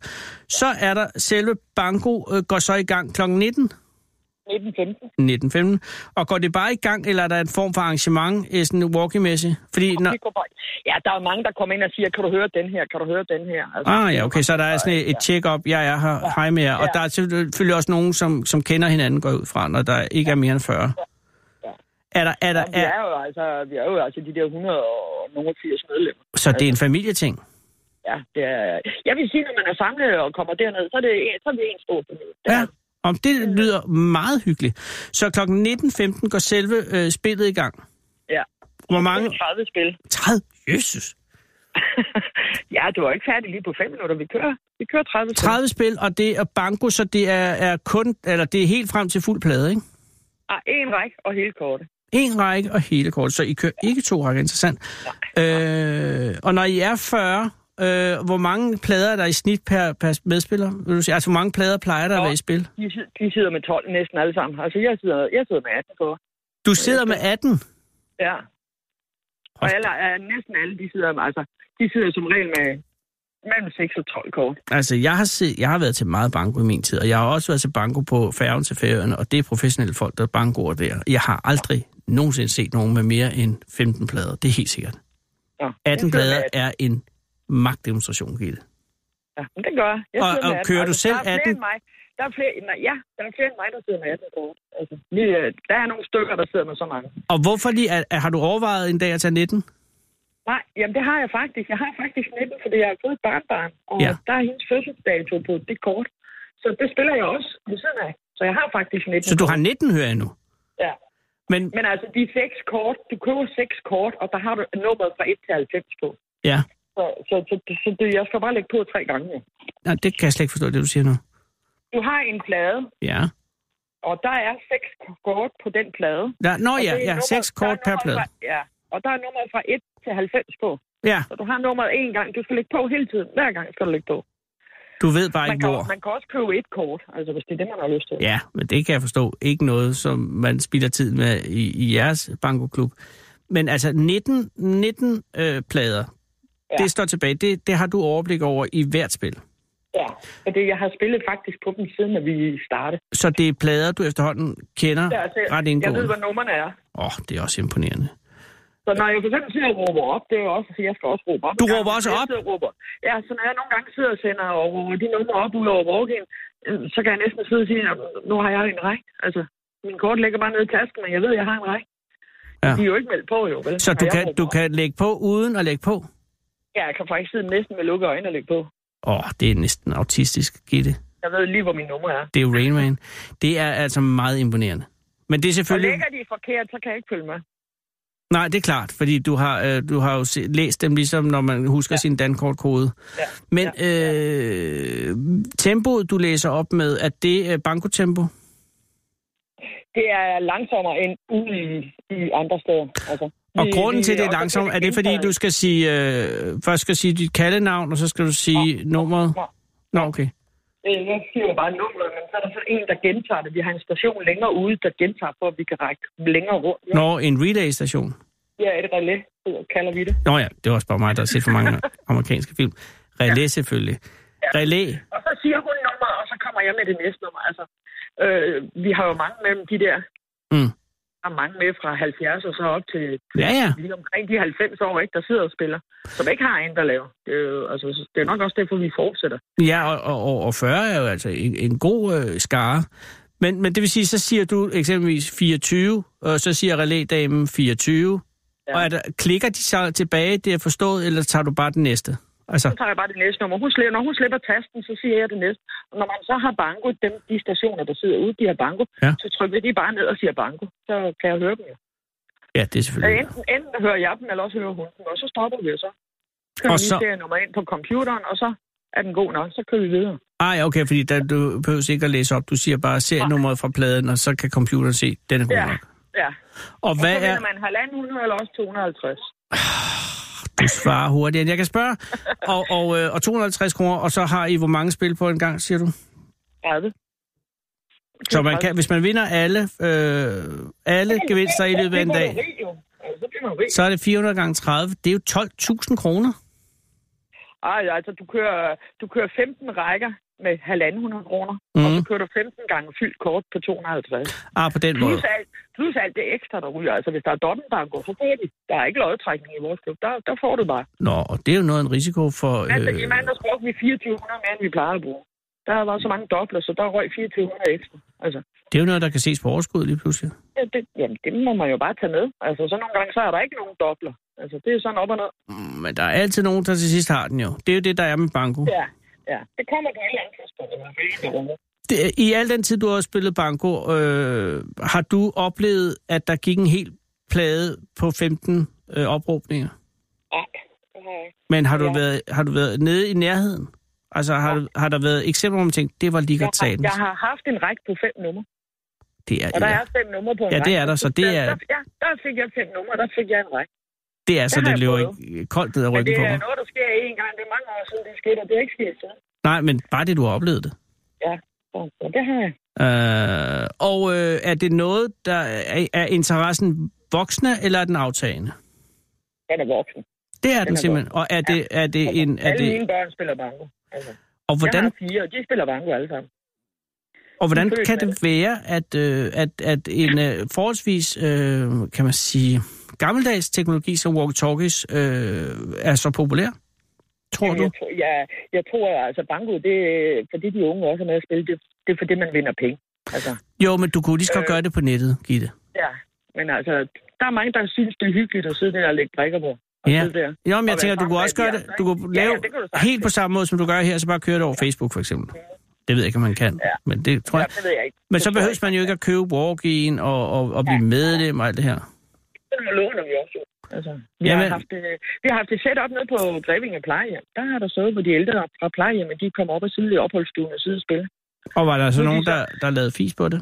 Speaker 3: Så er der selve banko, øh, går så i gang kl. 19,
Speaker 6: 19.15.
Speaker 3: 19.15, og går det bare i gang, eller er der en form for arrangement, øh, sådan walkie-mæssigt? Fordi, når,
Speaker 6: Vi går bare- Ja, der er mange, der kommer ind og siger, kan du høre den her, kan du høre den her? Altså,
Speaker 3: Ah ja, okay, så der er sådan et check-up, jeg er her, hej med jer. Og
Speaker 6: Ja.
Speaker 3: der er selvfølgelig også nogen, som, som kender hinanden, går jeg ud fra, når der ikke er mere end 40. Er der, er der,
Speaker 6: Jamen, vi,
Speaker 3: er,
Speaker 6: er jo, altså, vi er jo altså de der 180 medlemmer.
Speaker 3: så det er en familieting?
Speaker 6: Ja, det er, jeg vil sige, når man er samlet og kommer derned, så er, det, så er vi en stor familie. Det er-
Speaker 3: Ja. Om det lyder meget hyggeligt. Så kl. 19.15 går selve øh, spillet i gang.
Speaker 6: Ja.
Speaker 3: Hvor
Speaker 6: Det
Speaker 3: mange?
Speaker 6: er 30 spil.
Speaker 3: 30? Jesus.
Speaker 6: ja, du var ikke færdig lige på 5 minutter. Vi kører, vi kører 30 spil.
Speaker 3: 30 spil, og det er banko, så det er, er kun, eller det er helt frem til fuld plade, ikke?
Speaker 6: Ah, en række og hele kortet.
Speaker 3: En række og hele kort, så I kører ikke to rækker, interessant. Øh, og når I er 40, øh, hvor mange plader er der i snit per, per medspiller? Vil du sige? Altså, hvor mange plader plejer der at
Speaker 6: Nå.
Speaker 3: være i spil?
Speaker 6: De, sid- de sidder med 12 næsten alle sammen. Altså, jeg sidder, jeg sidder med 18 kort.
Speaker 3: Du sidder med 18.
Speaker 6: Ja. Og alle, ja, næsten alle, de sidder, med- altså, de sidder som regel med mellem 6 og 12 kort.
Speaker 3: Altså, jeg har, set, jeg har været til meget banko i min tid, og jeg har også været til banko på færgen til færøerne, og det er professionelle folk, der bankoer der. Jeg har aldrig nogensinde set nogen med mere end 15 plader, det er helt sikkert.
Speaker 6: Ja, jeg
Speaker 3: 18
Speaker 6: sidder med
Speaker 3: plader er en magtdemonstration, Gitte.
Speaker 6: Ja, men det gør jeg. jeg
Speaker 3: Og-
Speaker 6: sidder
Speaker 3: og
Speaker 6: med 18.
Speaker 3: kører du selv
Speaker 6: der er flere
Speaker 3: 18?
Speaker 6: End mig. Der er flere, nej, ja, der er flere end mig, der sidder med 18 kort. Altså, vi, øh, der er nogle stykker, der sidder med så mange.
Speaker 3: Og hvorfor lige, er, er- har du overvejet en dag at tage 19?
Speaker 6: Nej, jamen det har jeg faktisk. Jeg har faktisk 19, fordi jeg har fået et barnbarn, og
Speaker 3: Ja.
Speaker 6: ja. der er hendes fødselsdato på det kort. Så det spiller jeg også ved siden af. Så jeg har faktisk 19.
Speaker 3: Så du har
Speaker 6: kort.
Speaker 3: 19, hører jeg nu.
Speaker 6: Ja.
Speaker 3: Men,
Speaker 6: Men altså, de seks kort, du køber seks kort, og der har du nummeret fra 1 til 90 på.
Speaker 3: ja.
Speaker 6: Så, så, så, så, så det, jeg skal bare lægge på tre gange. jo.
Speaker 3: Nej, det kan jeg slet ikke forstå, det du siger nu.
Speaker 6: Du har en plade,
Speaker 3: Ja.
Speaker 6: og der er seks kort på den plade.
Speaker 3: ja nå
Speaker 6: Og
Speaker 3: ja,
Speaker 6: det er
Speaker 3: ja,
Speaker 6: nummeret-
Speaker 3: seks
Speaker 6: der er
Speaker 3: kort per
Speaker 6: nummeret
Speaker 3: plade.
Speaker 6: Fra, ja, og der er nummeret fra 1 til 90 på.
Speaker 3: Ja,
Speaker 6: Så du har nummeret én gang. Du skal lægge på hele tiden. Hver gang skal du lægge på.
Speaker 3: du ved bare
Speaker 6: Man
Speaker 3: ikke
Speaker 6: kan,
Speaker 3: hvor.
Speaker 6: man kan også købe et kort, altså hvis det er det, man har lyst til.
Speaker 3: Ja, men det kan jeg forstå. Ikke noget, som man spilder tid med i, i jeres bankoklub. Men altså 19, 19 øh, plader, ja.
Speaker 6: Ja.
Speaker 3: det står tilbage. Det, det har du overblik over i hvert spil.
Speaker 6: ja. Og det, jeg har spillet faktisk på dem siden, at vi startede.
Speaker 3: Så det er plader, du efterhånden kender
Speaker 6: Ja, altså,
Speaker 3: ret
Speaker 6: jeg ved,
Speaker 3: indgående.
Speaker 6: hvad nummerne er.
Speaker 3: Åh, oh, det er også imponerende.
Speaker 6: Så når jeg for eksempel sidder og råber op, det er jo også, jeg skal også råbe op.
Speaker 3: Du råber også
Speaker 6: jeg
Speaker 3: op?
Speaker 6: Sidder og råber. Ja, så når jeg nogle gange sidder og sender og råber de numre op ud over walk-in, øh, så kan jeg næsten sidde og sige, at nu har jeg en række. Altså, min kort ligger bare nede i tasken, men jeg ved, at jeg har en række.
Speaker 3: Ja.
Speaker 6: Ja. De er jo ikke meldt på, jo. Vel?
Speaker 3: Så
Speaker 6: Når
Speaker 3: du
Speaker 6: jeg
Speaker 3: kan,
Speaker 6: råber
Speaker 3: du
Speaker 6: op.
Speaker 3: kan lægge på uden at lægge på?
Speaker 6: Ja, jeg kan faktisk sidde næsten med lukkede øjne og lægge på.
Speaker 3: Åh, oh, det er næsten autistisk, Gitte.
Speaker 6: Jeg ved lige, hvor min nummer er.
Speaker 3: Det er jo Rain Man. Det er altså meget imponerende. Men det er
Speaker 6: Og
Speaker 3: selvfølgelig...
Speaker 6: ligger de forkert, så kan jeg ikke følge med.
Speaker 3: Nej, det er klart, fordi du har, øh, du har jo se, læst dem ligesom, når man husker ja. sin dankortkode.
Speaker 6: Ja.
Speaker 3: Men øh, tempoet, du læser op med, er det øh, bankotempo?
Speaker 6: Det er langsommere end ude i, i andre steder. Altså,
Speaker 3: Og
Speaker 6: vi-
Speaker 3: grunden
Speaker 6: vi-
Speaker 3: til, det er
Speaker 6: og så
Speaker 3: langsomt,
Speaker 6: bliver
Speaker 3: er det, fordi
Speaker 6: gentaget.
Speaker 3: du skal sige, øh, først skal sige dit kaldenavn, og så skal du sige nummeret?
Speaker 6: nej.
Speaker 3: Nå, okay.
Speaker 6: Øh, Jeg siger jo bare nummeret, men så er der så en, der gentager det. Vi har en station længere ude, der gentager, for at vi kan række længere rundt. Ja,
Speaker 3: Nå, en relay-station.
Speaker 6: ja et relæ, hedder- kalder vi det.
Speaker 3: Nå ja, det var også bare mig, der har set for mange amerikanske film. Relais selvfølgelig. Relais,
Speaker 6: Og så siger hun nummer, og så kommer jeg med det næste nummer. Altså, Øh, vi har jo mange mellem de der.
Speaker 3: Mm.
Speaker 6: Der er mange med fra 70 og så op til
Speaker 3: Ja, ja.
Speaker 6: lige omkring de 90 år, ikke, der sidder og spiller, som ikke har en, der laver. Det er jo, altså, så det er nok også derfor, vi fortsætter.
Speaker 3: Ja, og, og- og, og 40 er jo altså en, en god øh, skare. Men, men det vil sige, så siger du eksempelvis 24, og så siger relædamen 24. Ja.
Speaker 6: Ja.
Speaker 3: Og er der, klikker de så tilbage, det er forstået, eller tager du bare den næste? Altså,
Speaker 6: Så tager jeg bare det næste nummer. Hun slipper, når hun slipper tasten, så siger jeg det næste. Og når man så har banko, dem, de stationer, der sidder ude, de har banko,
Speaker 3: Ja.
Speaker 6: ja. så trykker de bare ned og siger banko. Så kan jeg høre dem jo.
Speaker 3: ja, det er
Speaker 6: Så
Speaker 3: selvfølgelig.
Speaker 6: enten, enten hører jeg dem, eller også hører hun dem, og så stopper vi jo så. Så
Speaker 3: Og
Speaker 6: kører vi
Speaker 3: så-
Speaker 6: lige serienummer ind på computeren, og så er den god nok, så kører vi videre.
Speaker 3: Ah, ja, okay, fordi der, du behøver ikke at læse op. Du siger bare serienummeret fra pladen, og så kan computeren se, den er god
Speaker 6: Ja.
Speaker 3: nok.
Speaker 6: Ja.
Speaker 3: Og
Speaker 6: Og
Speaker 3: hvad
Speaker 6: så
Speaker 3: er...
Speaker 6: vinder man halvanden 100 eller også 250.
Speaker 3: Du svarer hurtigere, end jeg kan spørge. Og, og, øh, og 250 kroner, og så har I hvor mange spil på en gang, siger du?
Speaker 6: 30.
Speaker 3: Så man kan, hvis man vinder alle, øh, alle gevinster i løbet af en dag,
Speaker 6: Det bliver man jo rig, jo. Altså, Så bliver man rig.
Speaker 3: så er det 400 gange 30. Det er jo 12.000 kroner.
Speaker 6: Ej, altså, du kører, du kører 15 rækker med 1.500 kroner, mm. og
Speaker 3: Mhm.
Speaker 6: så kører du 15 gange fyldt kort på 250.
Speaker 3: Ah, på den måde.
Speaker 6: Plus alt, plus alt det ekstra, der ryger. Altså, hvis der er dobbeltbanko, så får de. Der er ikke lodtrækning i vores klub. Der, der får du bare.
Speaker 3: Nå, og det er jo noget af en risiko for...
Speaker 6: Øh. Altså, i
Speaker 3: Øh,
Speaker 6: mandags brugte vi 2400 mere, end vi plejer at bruge. Der var så mange dobler, så der røg 2400 ekstra. Altså,
Speaker 3: det er jo noget, der kan ses på overskud lige pludselig.
Speaker 6: ja, det, jamen, det må man jo bare tage med. Altså, så nogle gange, så er der ikke nogen dobler. Altså, det er sådan op og ned.
Speaker 3: Mm, Men der er altid nogen, der til sidst har den jo. Det er jo det, der er med banko.
Speaker 6: Ja, ja. Det kommer på et eller andet tidspunkt. i hvert fald en, der runder.
Speaker 3: Det- I al den tid, du har spillet banko, øh, har du oplevet, at der gik en hel plade på 15 øh, opråbninger?
Speaker 6: Ja, det har jeg ikke.
Speaker 3: Men har du,
Speaker 6: Ja.
Speaker 3: været, har du været nede i nærheden? Altså, har, du, har der været eksempler, hvor man tænkte, det var lige
Speaker 6: Jeg
Speaker 3: godt
Speaker 6: har,
Speaker 3: satans.
Speaker 6: jeg har haft en række på fem numre,
Speaker 3: Det er,
Speaker 6: og der
Speaker 3: ja,
Speaker 6: er fem numre på en
Speaker 3: Ja, det
Speaker 6: række.
Speaker 3: er der, så det er-
Speaker 6: Der, der, ja, der fik jeg fem numre, og der fik jeg en række.
Speaker 3: det er så,
Speaker 6: har
Speaker 3: det
Speaker 6: jeg
Speaker 3: løber
Speaker 6: prøvet.
Speaker 3: ikke koldt ned ad
Speaker 6: Men det
Speaker 3: ryggen på
Speaker 6: er
Speaker 3: mig.
Speaker 6: noget, der sker én gang. Det er mange år siden, det skete, og det er ikke sket siden.
Speaker 3: Nej, men bare det, du har oplevet det.
Speaker 6: Så, så det har jeg.
Speaker 3: Øh, og øh, er det noget, der er, er interessen voksne, eller er den aftagende?
Speaker 6: Den er voksen.
Speaker 3: Det er
Speaker 6: Den
Speaker 3: den
Speaker 6: er
Speaker 3: simpelthen. Og er det, er det en... Er
Speaker 6: Alle
Speaker 3: det,
Speaker 6: mine børn spiller banko. Altså,
Speaker 3: og
Speaker 6: Jeg
Speaker 3: hvordan,
Speaker 6: har fire, og de spiller banko alle sammen.
Speaker 3: og hvordan
Speaker 6: er født
Speaker 3: kan
Speaker 6: med
Speaker 3: det være, at, øh, at, at en øh, forholdsvis, øh, kan man sige, gammeldags teknologi som walkie-talkies øh, er så populær? Tror
Speaker 6: Jamen,
Speaker 3: du?
Speaker 6: Jeg, tror- jeg, jeg tror, altså banko, det er fordi de unge også er med at spille, det, det er fordi, man vinder penge. Altså,
Speaker 3: Jo, men du kunne lige så godt
Speaker 6: Øh.
Speaker 3: gøre det på nettet, Gitte.
Speaker 6: ja. Men altså, der er mange, der synes, det er hyggeligt at sidde der og lægge brikker på. Og
Speaker 3: Ja.
Speaker 6: sidde der.
Speaker 3: Jo, men
Speaker 6: Og
Speaker 3: jeg tænker,
Speaker 6: være
Speaker 3: du
Speaker 6: sammen
Speaker 3: kunne
Speaker 6: med
Speaker 3: også
Speaker 6: de
Speaker 3: gøre
Speaker 6: andre,
Speaker 3: det.
Speaker 6: ikke?
Speaker 3: Du kunne
Speaker 6: Ja, ja,
Speaker 3: lave
Speaker 6: det kan du sagtens.
Speaker 3: helt på samme måde, som du gør her, så bare køre det over Facebook, for eksempel. Det ved jeg ikke, om man kan, men det tror
Speaker 6: Ja,
Speaker 3: jeg.
Speaker 6: det ved jeg ikke.
Speaker 3: Men
Speaker 6: Det
Speaker 3: så
Speaker 6: tror jeg
Speaker 3: behøves man jo ikke at købe walk-in og, og, og blive medlem og alt det her.
Speaker 6: Den låner vi også. jo. Altså, vi,
Speaker 3: Jamen.
Speaker 6: har haft, øh, vi har haft det set op nede på Grevinge plejehjem. Der har der siddet på de ældre fra plejehjem, de kommer op og sidder i opholdsstuen og sidder og spiller.
Speaker 3: Og var der så
Speaker 6: Det er
Speaker 3: nogen,
Speaker 6: ligesom-
Speaker 3: der, der lavede fis på det?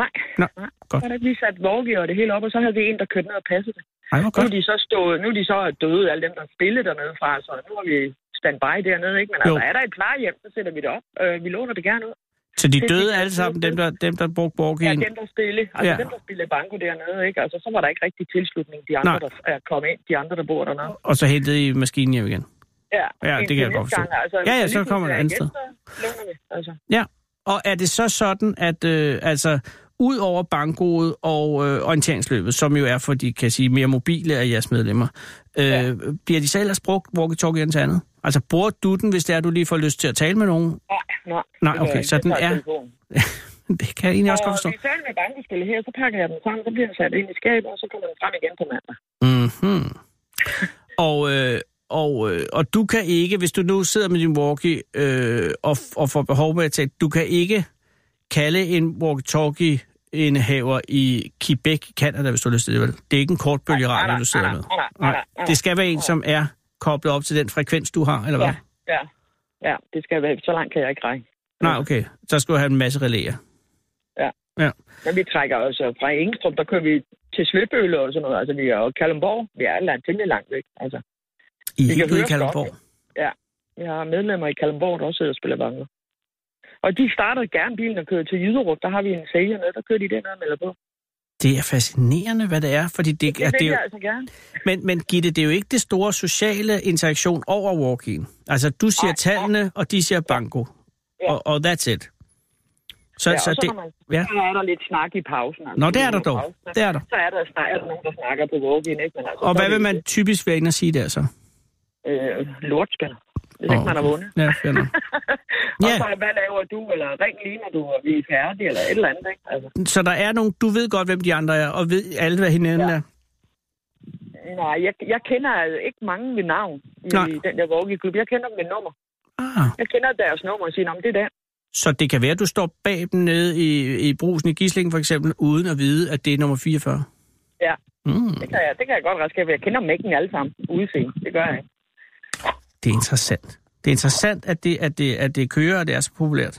Speaker 6: Nej,
Speaker 3: Nå,
Speaker 6: nej.
Speaker 3: godt.
Speaker 6: Så har vi sat vorgi og det hele op, og så havde vi en, der kørte ned og passede det.
Speaker 3: Ej, hvor
Speaker 6: Nu
Speaker 3: godt.
Speaker 6: er de så, stået, nu er de så døde, alle dem, der spillede dernede fra, så nu har vi standby dernede, ikke? Men
Speaker 3: Jo.
Speaker 6: altså, er der et plejehjem, så sætter vi det op. Øh, vi låner det gerne ud.
Speaker 3: Så de
Speaker 6: det-
Speaker 3: døde
Speaker 6: det-
Speaker 3: alle sammen, dem der, dem, der brugte
Speaker 6: Ja,
Speaker 3: walk-in?
Speaker 6: dem, der spillede. Altså,
Speaker 3: Ja.
Speaker 6: ja. dem, der spillede banko dernede, ikke? Altså, så var der ikke rigtig tilslutning, de andre,
Speaker 3: Nej.
Speaker 6: der er kommet ind, de andre, der bor dernede.
Speaker 3: Og så hentede I maskinen hjem igen?
Speaker 6: Ja,
Speaker 3: Ja, det
Speaker 6: indtil
Speaker 3: kan jeg
Speaker 6: næste
Speaker 3: godt forstå.
Speaker 6: Gang, altså,
Speaker 3: Ja, ja,
Speaker 6: hvis
Speaker 3: så
Speaker 6: vi
Speaker 3: kommer
Speaker 6: skal
Speaker 3: det andet
Speaker 6: igen, så låner vi, Altså.
Speaker 3: Ja, og er det så sådan, at øh, altså, ud over bankoet og øh, orienteringsløbet, som jo er for de kan sige mere mobile af jeres medlemmer, øh, ja. bliver de så ellers brugt walkie-talkie'en til andet? Altså bruger du den, hvis det er, du lige får lyst til at tale med nogen?
Speaker 6: Nej, nej.
Speaker 3: Nej,
Speaker 6: det gør
Speaker 3: okay,
Speaker 6: jeg ikke.
Speaker 3: så
Speaker 6: Jeg
Speaker 3: den
Speaker 6: tager
Speaker 3: er-
Speaker 6: telefonen.
Speaker 3: det kan jeg egentlig også godt forstå.
Speaker 6: Og vi er færdige med bankespillet her, så pakker jeg den sammen, så bliver den sat ind i skabet, og så kommer den frem igen på mandag.
Speaker 3: Mm-hmm. Og, øh, og, øh, og du kan ikke, hvis du nu sidder med din walkie øh, og, og får behov med at tale, du kan ikke kalde en walkie-talkie-indehaver i Quebec, Canada, hvis du har lyst til det, vel? Det er ikke en
Speaker 6: Nej,
Speaker 3: kortbølgeradio,
Speaker 6: nej,
Speaker 3: du sidder
Speaker 6: nej,
Speaker 3: med.
Speaker 6: nej, nej, nej,
Speaker 3: Nej,
Speaker 6: nej.
Speaker 3: det skal være en, som er koblet op til den frekvens, du har, eller hvad?
Speaker 6: Ja, ja, ja, det skal være. Så langt kan jeg ikke række.
Speaker 3: Nej, okay. Så skal du have en masse relæer.
Speaker 6: Ja.
Speaker 3: Ja.
Speaker 6: Men vi trækker også fra Ingestrup, der kører vi til Svøbøle og sådan noget. Altså, vi er jo Kalundborg. Vi er langt, temmelig langt væk. Altså,
Speaker 3: I
Speaker 6: kan
Speaker 3: helt ude i
Speaker 6: høre
Speaker 3: Kalundborg.
Speaker 6: vi har medlemmer i Kalundborg, der også sidder og spiller banker. Og de startede gerne bilen og kørte til Jyderup. Der har vi en sælger nede, der kører de dernede og melder på.
Speaker 3: Det er fascinerende, hvad det er, fordi det,
Speaker 6: Ja, det vil
Speaker 3: er jo-
Speaker 6: jeg altså gerne.
Speaker 3: Men, men Gitte, det er jo ikke det store sociale interaktion over walk-in. Altså, du siger
Speaker 6: Nej,
Speaker 3: tallene, og de siger banko.
Speaker 6: Ja.
Speaker 3: Og, og that's it. Så,
Speaker 6: Ja,
Speaker 3: så
Speaker 6: og så,
Speaker 3: det,
Speaker 6: når man,
Speaker 3: ja.
Speaker 6: så er der lidt snak i pausen. Altså,
Speaker 3: Nå, det er der
Speaker 6: I
Speaker 3: dog.
Speaker 6: pausen,
Speaker 3: Det er der.
Speaker 6: Så er der, snak, er der nogen, der snakker på walk-in, ikke? Men altså,
Speaker 3: Og
Speaker 6: så er
Speaker 3: hvad
Speaker 6: det
Speaker 3: vil
Speaker 6: jo,
Speaker 3: man typisk være inde og sige der så?
Speaker 6: Øh, lortspil, hvis ikke
Speaker 3: Åh.
Speaker 6: man har vundet.
Speaker 3: Ja, fair nok.
Speaker 6: Og
Speaker 3: Ja.
Speaker 6: så, hvad laver du, eller ring lige, når du vi er færdige, eller et eller andet, ikke? Altså,
Speaker 3: Så der er nogen, du ved godt, hvem de andre er, og ved alle, hvad hinanden ja.
Speaker 6: Ja.
Speaker 3: er.
Speaker 6: nej, jeg, jeg kender altså ikke mange ved navn i
Speaker 3: Nej.
Speaker 6: den der walk-in-klub. Jeg kender dem ved nummer.
Speaker 3: Ah.
Speaker 6: Jeg kender deres nummer og siger, om det er den.
Speaker 3: Så det kan være, at du står bag dem nede i, i brusen i Gisling for eksempel, uden at vide, at det er nummer 44.
Speaker 6: Ja.
Speaker 3: Mm,
Speaker 6: Det kan jeg, det kan jeg godt reskabe. Jeg kender dem ikke alle sammen udseende. Det gør jeg ikke.
Speaker 3: det er interessant. Det er interessant, at det, at det, at det kører, og det er så populært.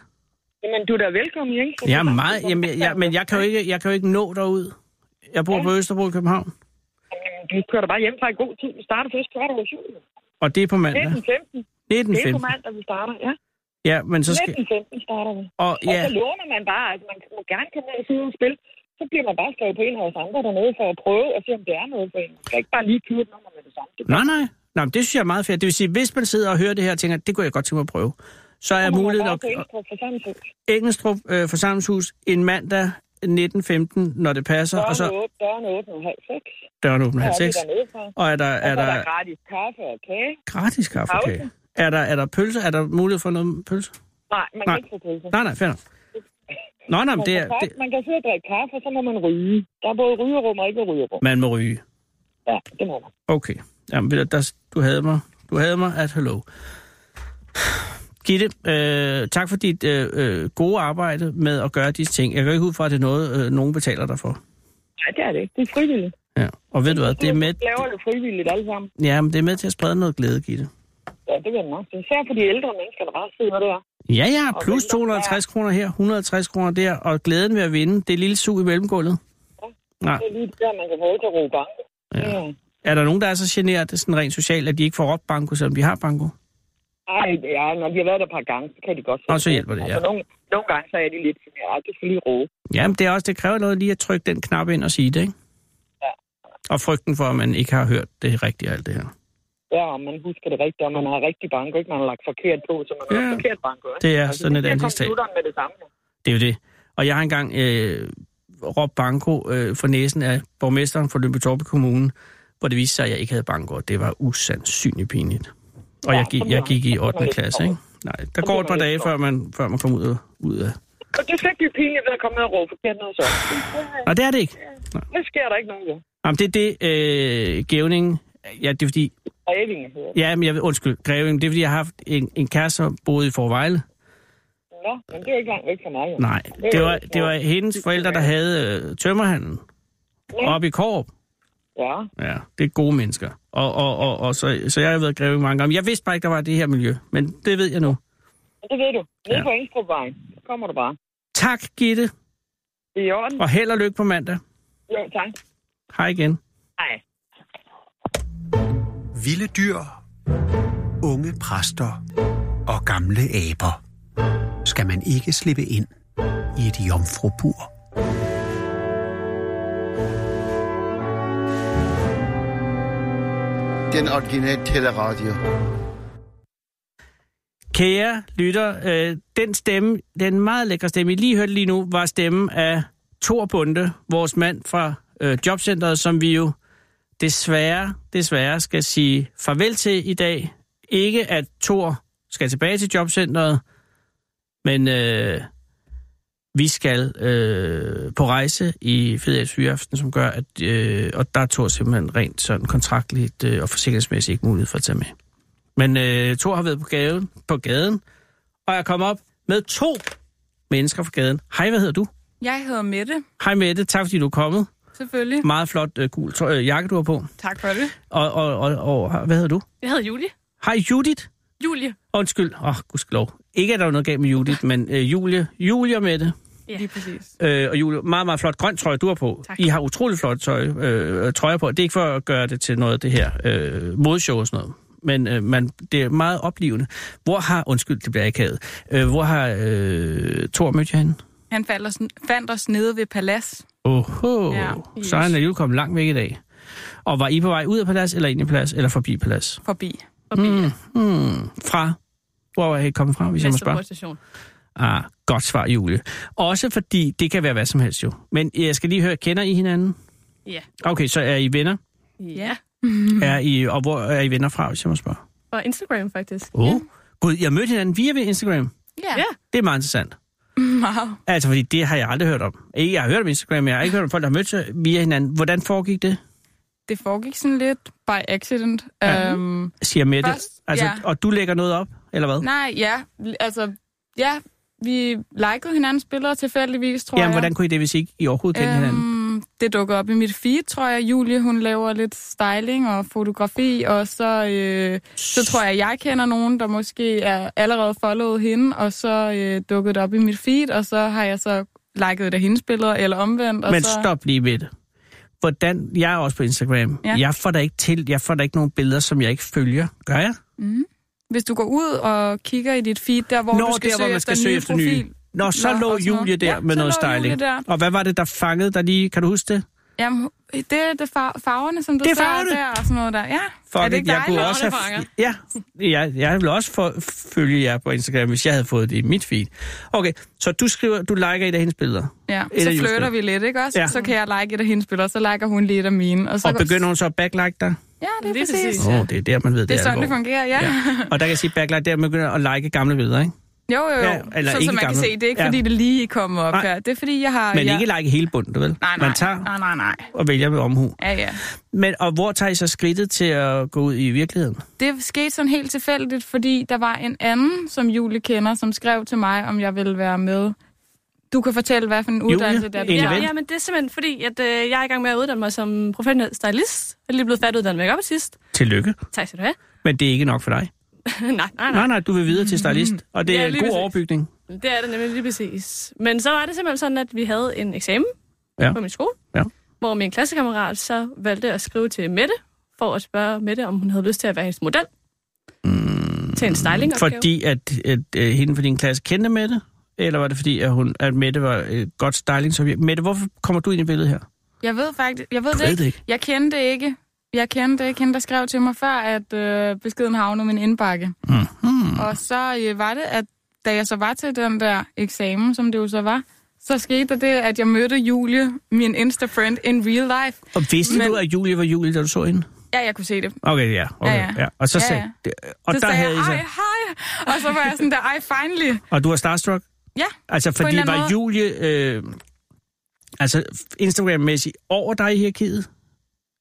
Speaker 6: Jamen, du er da velkommen, ikke?
Speaker 3: Jeg er meget, jamen, jeg, jeg, men jeg kan, jo ikke, jeg kan jo ikke nå derud. Jeg bor på Østerbro i København,
Speaker 6: Jamen, Du kører da bare hjem fra i god tid. Vi starter først kvart over syv.
Speaker 3: og det er på mandag.
Speaker 6: 19.15. Det er på
Speaker 3: 19.15.
Speaker 6: mandag, vi starter, ja.
Speaker 3: Ja, men så skal...
Speaker 6: 19.15 starter vi.
Speaker 3: Og,
Speaker 6: Og så
Speaker 3: ja,
Speaker 6: låner man bare, at man må gerne komme ned og sidde og spille. Så bliver man bare skrevet på en af os andre dernede for at prøve og se, om det er noget for en. Man skal ikke bare lige købe et nummer med det samme. Det
Speaker 3: nej, nej. Nej, men det synes jeg er meget fedt. Det vil sige, hvis man sidder og hører det her og tænker, det kunne jeg godt tænke mig at prøve, så er jeg mulighed
Speaker 6: nok.
Speaker 3: at,
Speaker 6: For samme tid.
Speaker 3: Engelstrup øh, forsamlingshus en mandag 19.15, når det passer, og
Speaker 6: Dørene
Speaker 3: så
Speaker 6: åbne, dørene åbne halv seks.
Speaker 3: døren åbner
Speaker 6: Så
Speaker 3: halv
Speaker 6: er vi
Speaker 3: seks.
Speaker 6: dernede fra.
Speaker 3: Og er der,
Speaker 6: Og
Speaker 3: er
Speaker 6: så er der
Speaker 3: der
Speaker 6: gratis kaffe og kage.
Speaker 3: gratis kaffekage?
Speaker 6: Pause.
Speaker 3: Er der, er der pølse? Er der mulighed for noget pølse?
Speaker 6: Nej, man
Speaker 3: Nej.
Speaker 6: kan ikke få pølse.
Speaker 3: Nej, nej, fair nok. Nå, nej, men
Speaker 6: Man,
Speaker 3: det
Speaker 6: det
Speaker 3: er...
Speaker 6: kan,
Speaker 3: Det,
Speaker 6: det... man kan sidde og drikke kaffe, og så må man ryge. Der er både rygerum og ikke rygerum.
Speaker 3: man må ryge.
Speaker 6: Ja, det må man.
Speaker 3: Okay. Jamen, ved du, der, du havde mig. Du havde mig at hello. Gitte, øh, tak for dit øh, øh, gode arbejde med at gøre disse ting. Jeg går ikke ud fra, at det er noget, øh, nogen betaler dig for.
Speaker 6: Nej, det er det ikke. Det er frivilligt.
Speaker 3: Ja. Og ved du hvad, det er med,
Speaker 6: Vi laver det frivilligt alle sammen.
Speaker 3: ja, men det er med til at sprede noget glæde, Gitte.
Speaker 6: Ja, det vil jeg nok sige. Især for de ældre mennesker, der bare sidder der.
Speaker 3: Ja, ja,
Speaker 6: Og
Speaker 3: plus
Speaker 6: venter
Speaker 3: 250 kroner her, 150 kroner der, og glæden ved at vinde, det er lille sug i mellemgulvet. Nej,
Speaker 6: Det er lige det der, man kan få lov til at råbe banke. Ja. Mm.
Speaker 3: er der nogen, der er så generet sådan rent socialt, at de ikke får råbt banko, selvom de har banko?
Speaker 6: Ej, ja, når de har været der et par gange, så kan de godt
Speaker 3: Og så hjælper det, ja.
Speaker 6: Altså, nogle, nogle gange så er de lidt sådan, ja, det skal lige råbe.
Speaker 3: Jamen, det, er også, det kræver noget lige at trykke den knap ind og sige det, ikke?
Speaker 6: Ja.
Speaker 3: Og frygten for, at man ikke har hørt det rigtige og alt det her.
Speaker 6: Ja, og man husker det rigtigt, og man har rigtig banko, ikke? Man har lagt forkert på, så man har
Speaker 3: Ja.
Speaker 6: lagt forkert banko. ikke? Altså,
Speaker 3: Det er sådan et
Speaker 6: der kom
Speaker 3: ansigtstab.
Speaker 6: computeren med det samme.
Speaker 3: Det er jo det. Og jeg har engang øh, råbt banko øh, for næsen af borgmesteren for Lømpe Torpe Kommune, hvor det viste sig, at jeg ikke havde banko, og det var usandsynligt pinligt. Og
Speaker 6: Ja,
Speaker 3: jeg gik,
Speaker 6: så bliver
Speaker 3: jeg
Speaker 6: man-
Speaker 3: gik i
Speaker 6: så bliver
Speaker 3: 8.
Speaker 6: man lidt
Speaker 3: klasse,
Speaker 6: såret.
Speaker 3: ikke? Nej, der går
Speaker 6: Så bliver
Speaker 3: et par
Speaker 6: man lidt
Speaker 3: dage, før
Speaker 6: såret.
Speaker 3: man, før man kommer ud, af- ud af.
Speaker 6: Og det skal ikke blive pinligt ved at komme ned og råbe forkert noget så. Det-
Speaker 3: Nej, det er det ikke.
Speaker 6: Det sker der ikke noget ved.
Speaker 3: Jamen, det er det, øh, gævningen... Ja, det er fordi...
Speaker 6: Og Evinge hedder det.
Speaker 3: Ja, men jeg ved, undskyld, Greving, det er fordi, jeg har haft en, en kæreste, som boede i Forvejle.
Speaker 6: Nå, men det er ikke langt væk fra mig. Jo.
Speaker 3: Nej, det var, det var hendes forældre, der havde øh, tømmerhandlen oppe i Korp.
Speaker 6: Ja,
Speaker 3: Ja, det er gode mennesker. Og, og, og, og så, så jeg har været Greving mange gange. Jeg vidste bare ikke, der var det her miljø, men det ved jeg nu.
Speaker 6: men det ved du. Nede
Speaker 3: Ja.
Speaker 6: ja. på Engstrupvejen, så kommer du bare.
Speaker 3: Tak, Gitte,
Speaker 6: Det er i orden.
Speaker 3: og held og lykke på mandag.
Speaker 6: Jo, tak.
Speaker 3: Hej igen.
Speaker 6: Hej.
Speaker 2: Vilde dyr, unge præster og gamle aber skal man ikke slippe ind i et jomfrubur.
Speaker 7: Den originale teleradio.
Speaker 3: Kære lytter, øh, den stemme, den meget lækre stemme, I lige hørte lige nu, var stemmen af Thor Bunde, vores mand fra øh, Jobcentret, som vi jo desværre, desværre skal sige farvel til i dag. Ikke at Thor skal tilbage til Jobcentret, men øh, vi skal øh, på rejse i Fedels Fyraften, som gør, at øh, og der er Thor simpelthen rent sådan kontraktligt øh, og forsikringsmæssigt ikke mulighed for at tage med. Men øh, Thor har været på, gaden, på gaden, og jeg kom op med to mennesker fra gaden. Hej, hvad hedder du?
Speaker 8: Jeg hedder Mette,
Speaker 3: Hej Mette, tak fordi du er kommet.
Speaker 8: selvfølgelig.
Speaker 3: Meget flot øh, gul tøj, øh, jakke, du har på.
Speaker 8: Tak for det.
Speaker 3: Og, og, og, og hvad hedder du?
Speaker 8: Jeg hedder Julie.
Speaker 3: Hej Judith.
Speaker 8: Julie.
Speaker 3: Undskyld, åh, oh, gudskelov. Ikke, at der er noget galt med Judith, men øh, Julie, Julie og Mette.
Speaker 8: Ja. Lige præcis.
Speaker 3: Øh, og Julie, meget, meget flot grønt trøje, du har på.
Speaker 8: Tak.
Speaker 3: I har utrolig flot tøj, øh, trøjer på. Det er ikke for at gøre det til noget af det her øh, modeshow og sådan noget. Men øh, man, det er meget oplivende. Hvor har, undskyld, det bliver akavet. Øh, hvor har øh, Thor mødt jer henne?
Speaker 8: Han fandt os, fandt os nede ved Palas.
Speaker 3: Oho, ja,
Speaker 8: Ja,
Speaker 3: så er han
Speaker 8: yes.
Speaker 3: alligevel kommet langt væk i dag. Og var I på vej ud af palads, eller ind i palads, eller forbi palads?
Speaker 8: Forbi.
Speaker 3: Mm, Hmm, fra? Hvor var I kommet fra, hvis jeg må spørge?
Speaker 9: station.
Speaker 3: Ah, Godt svar, Julie. Også fordi, det kan være hvad som helst jo. Men øh, jeg skal lige høre, kender I hinanden?
Speaker 9: Ja.
Speaker 3: Okay, så er I venner?
Speaker 9: Ja.
Speaker 3: Er I, og hvor er I venner fra, hvis jeg må spørge?
Speaker 9: Og Instagram, faktisk.
Speaker 3: Åh, oh. gud, jeg mødte hinanden via ved Instagram.
Speaker 8: Ja.
Speaker 9: Ja.
Speaker 3: Det er meget interessant.
Speaker 8: Wow.
Speaker 3: Altså, fordi det har jeg aldrig hørt om. Ikke, Jeg har hørt om Instagram, men jeg har ikke hørt om folk, der har mødt sig via hinanden. Hvordan foregik det,
Speaker 8: Det foregik sådan lidt by accident.
Speaker 3: Ja.
Speaker 8: Ja. Um,
Speaker 3: siger Mette?
Speaker 8: Først-
Speaker 3: altså,
Speaker 8: ja.
Speaker 3: Og du lægger noget op, eller hvad?
Speaker 8: nej, ja. Altså, ja. Vi likede hinandens billeder tilfældigvis, tror
Speaker 3: Jamen,
Speaker 8: jeg.
Speaker 3: hvordan kunne I det, hvis I ikke I overhovedet kendte hinanden?
Speaker 8: Øhm, det dukker op i mit feed, tror jeg. Julie, hun laver lidt styling og fotografi, og så, øh, så tror jeg, jeg kender nogen, der måske er allerede followet hende, og så øh, dukkede det op i mit feed, og så har jeg så liket et af hendes billeder, eller omvendt. Og
Speaker 3: Men
Speaker 8: så,
Speaker 3: stop lige ved det. Hvordan, jeg er også på Instagram.
Speaker 8: Ja.
Speaker 3: Jeg får da ikke til, jeg får da ikke nogen billeder, som jeg ikke følger. Gør jeg?
Speaker 8: Hvis du går ud og kigger i dit feed, der hvor
Speaker 3: Nå,
Speaker 8: du skal
Speaker 3: der,
Speaker 8: søge
Speaker 3: hvor man skal søge efter nye.
Speaker 8: profil.
Speaker 3: Nå, så
Speaker 8: Nå,
Speaker 3: Nå, lå
Speaker 8: og sådan
Speaker 3: Julie
Speaker 8: noget.
Speaker 3: der
Speaker 8: Ja,
Speaker 3: med
Speaker 8: så
Speaker 3: noget
Speaker 8: lå Julie
Speaker 3: styling.
Speaker 8: der.
Speaker 3: Og hvad var det, der fangede der lige? Kan du huske det?
Speaker 8: Jamen, det er det far- farverne, som der
Speaker 3: Det er
Speaker 8: står
Speaker 3: farverne.
Speaker 8: der og sådan noget der. Ja,
Speaker 3: Fuck
Speaker 8: er det
Speaker 3: it,
Speaker 8: ikke
Speaker 3: jeg kunne
Speaker 8: dejligt?
Speaker 3: også have,
Speaker 9: Farverne
Speaker 3: ja, jeg, jeg ville også få, følge jer på Instagram, hvis jeg havde fået det i mit feed. Okay, så du skriver, du liker et af hendes billeder.
Speaker 8: Ja,
Speaker 3: Et
Speaker 8: så
Speaker 3: af
Speaker 8: flytter
Speaker 3: julespil.
Speaker 8: vi lidt, ikke også?
Speaker 3: Ja.
Speaker 8: Ja. Så kan jeg like et af hendes billeder, så liker hun lidt af mine. Og, så
Speaker 3: Og begynder hun så at backlike dig?
Speaker 8: Ja, det er
Speaker 9: Lige
Speaker 8: præcis.
Speaker 9: præcis.
Speaker 8: præcis.
Speaker 3: Åh, oh, det er der, man ved, det,
Speaker 8: Det er
Speaker 3: er
Speaker 8: sådan, det
Speaker 3: alvor.
Speaker 8: fungerer, ja.
Speaker 3: Ja. Og der kan jeg sige, backlike, der man begynder at like gamle billeder, ikke?
Speaker 8: Jo, jo, jo.
Speaker 3: Ja, eller
Speaker 8: sådan,
Speaker 3: ikke
Speaker 8: så man kan
Speaker 3: gammel.
Speaker 8: se, det er ikke,
Speaker 3: Ja.
Speaker 8: fordi det lige kommer op
Speaker 3: Nej.
Speaker 8: her. Det er, fordi jeg har...
Speaker 3: Men
Speaker 8: jeg...
Speaker 3: ikke like hele bunden, vel?
Speaker 8: Nej, nej.
Speaker 3: Man tager
Speaker 8: Nej, nej, nej.
Speaker 3: og vælger med omhu.
Speaker 8: Ja, ja.
Speaker 3: Men, og hvor tager I så skridtet til at gå ud i virkeligheden?
Speaker 8: Det skete sådan helt tilfældigt, fordi der var en anden, som Julie kender, som skrev til mig, om jeg ville være med. Du kan fortælle, hvad for en
Speaker 3: Julie,
Speaker 8: uddannelse det er. du
Speaker 3: en
Speaker 8: tager.
Speaker 9: Ja,
Speaker 3: ven?
Speaker 9: ja, men det er simpelthen fordi, at øh, jeg er i gang med at uddanne mig som professionel stylist. Jeg er lige blevet færdiguddannet make sidst.
Speaker 3: Tillykke.
Speaker 9: Tak skal du have.
Speaker 3: Men det er ikke nok for dig.
Speaker 9: nej, nej, nej.
Speaker 3: Nej, nej, du vil videre til stylist. Og det er
Speaker 9: Ja,
Speaker 3: en
Speaker 9: lige
Speaker 3: god
Speaker 9: præcis.
Speaker 3: overbygning.
Speaker 9: Det er det nemlig lige præcis. Men så var det simpelthen sådan, at vi havde en eksamen
Speaker 3: Ja.
Speaker 9: på min skole,
Speaker 3: Ja.
Speaker 9: hvor min klassekammerat så valgte at skrive til Mette, for at spørge Mette, om hun havde lyst til at være hendes model mm, til en stylingopgave.
Speaker 3: Fordi at, at, at hende fra din klasse kendte Mette? Eller var det fordi, at, hun, at Mette var et godt stylingsobjekt? Mette, hvorfor kommer du ind i billedet her?
Speaker 8: Jeg ved faktisk... Jeg ved
Speaker 3: Du
Speaker 8: det
Speaker 3: ved
Speaker 8: ikke.
Speaker 3: det ikke.
Speaker 8: Jeg kendte det ikke. Jeg kendte ikke hende, der skrev til mig før, at øh, beskeden havnede i min indbakke.
Speaker 3: Mhm.
Speaker 8: Mm-hmm. Og så øh, var det, at da jeg så var til den der eksamen, som det jo så var, så skete der det, at jeg mødte Julie, min Insta-friend, in real life.
Speaker 3: Og vidste Men...
Speaker 8: Men-
Speaker 3: du, at Julie var Julie, da du så hende?
Speaker 8: Ja, jeg kunne se det.
Speaker 3: Okay, ja. Okay,
Speaker 8: Ja, ja.
Speaker 3: Og så
Speaker 8: Ja,
Speaker 3: sagde,
Speaker 8: ja.
Speaker 3: Og der
Speaker 8: så sagde
Speaker 3: havde I
Speaker 8: jeg,
Speaker 3: så,
Speaker 8: hej, hej. Og så var jeg sådan der, ej, finally.
Speaker 3: Og du var starstruck?
Speaker 8: Ja,
Speaker 3: Altså,
Speaker 8: en
Speaker 3: fordi
Speaker 8: eller anden
Speaker 3: var
Speaker 8: måde.
Speaker 3: Julie... Øh, altså, Instagram-mæssigt over dig i hierarkiet?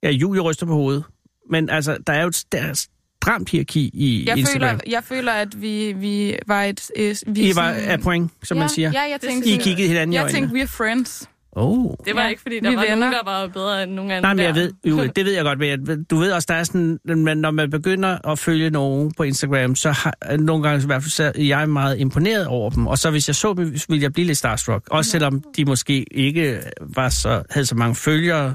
Speaker 3: Ja, Julie ryster på hovedet. Men altså, der er jo et st- stramt hierarki i
Speaker 8: jeg,
Speaker 3: Instagram.
Speaker 8: føler, jeg føler, at vi, vi var et... et vi
Speaker 3: I var af point, som
Speaker 8: ja,
Speaker 3: man siger.
Speaker 8: Ja, jeg tænkte,
Speaker 3: I
Speaker 8: sådan-
Speaker 3: kiggede hinanden i
Speaker 8: jeg
Speaker 3: øjnene.
Speaker 8: tænkte, we're friends.
Speaker 3: Oh.
Speaker 9: Det var
Speaker 8: Ja,
Speaker 9: ikke, fordi der
Speaker 8: vi
Speaker 9: var nogen,
Speaker 8: venner.
Speaker 9: der var bedre end nogen anden.
Speaker 3: Nej, men
Speaker 9: der.
Speaker 3: jeg ved, jo, det ved jeg godt, men jeg, du ved også, der er sådan, men når man begynder at følge nogen på Instagram, så har, nogle gange i hvert fald, så er jeg meget imponeret over dem, og så hvis jeg så dem, ville jeg blive lidt starstruck, også
Speaker 8: Mhm.
Speaker 3: selvom de måske ikke var så, havde så mange følgere,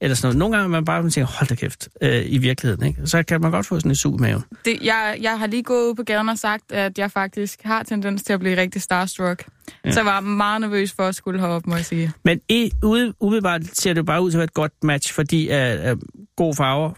Speaker 3: eller sådan noget. Nogle gange er man bare tænker, hold da kæft, øh, i virkeligheden, ikke? Så kan man godt få sådan et sug i maven.
Speaker 8: Det, jeg, jeg har lige gået ud på gaden og sagt, at jeg faktisk har tendens til at blive rigtig starstruck. Ja. Så jeg var meget nervøs for at skulle herop, må jeg sige.
Speaker 3: Men i, ude, umiddelbart ser det jo bare ud til at være et godt match, fordi af uh, gode farver.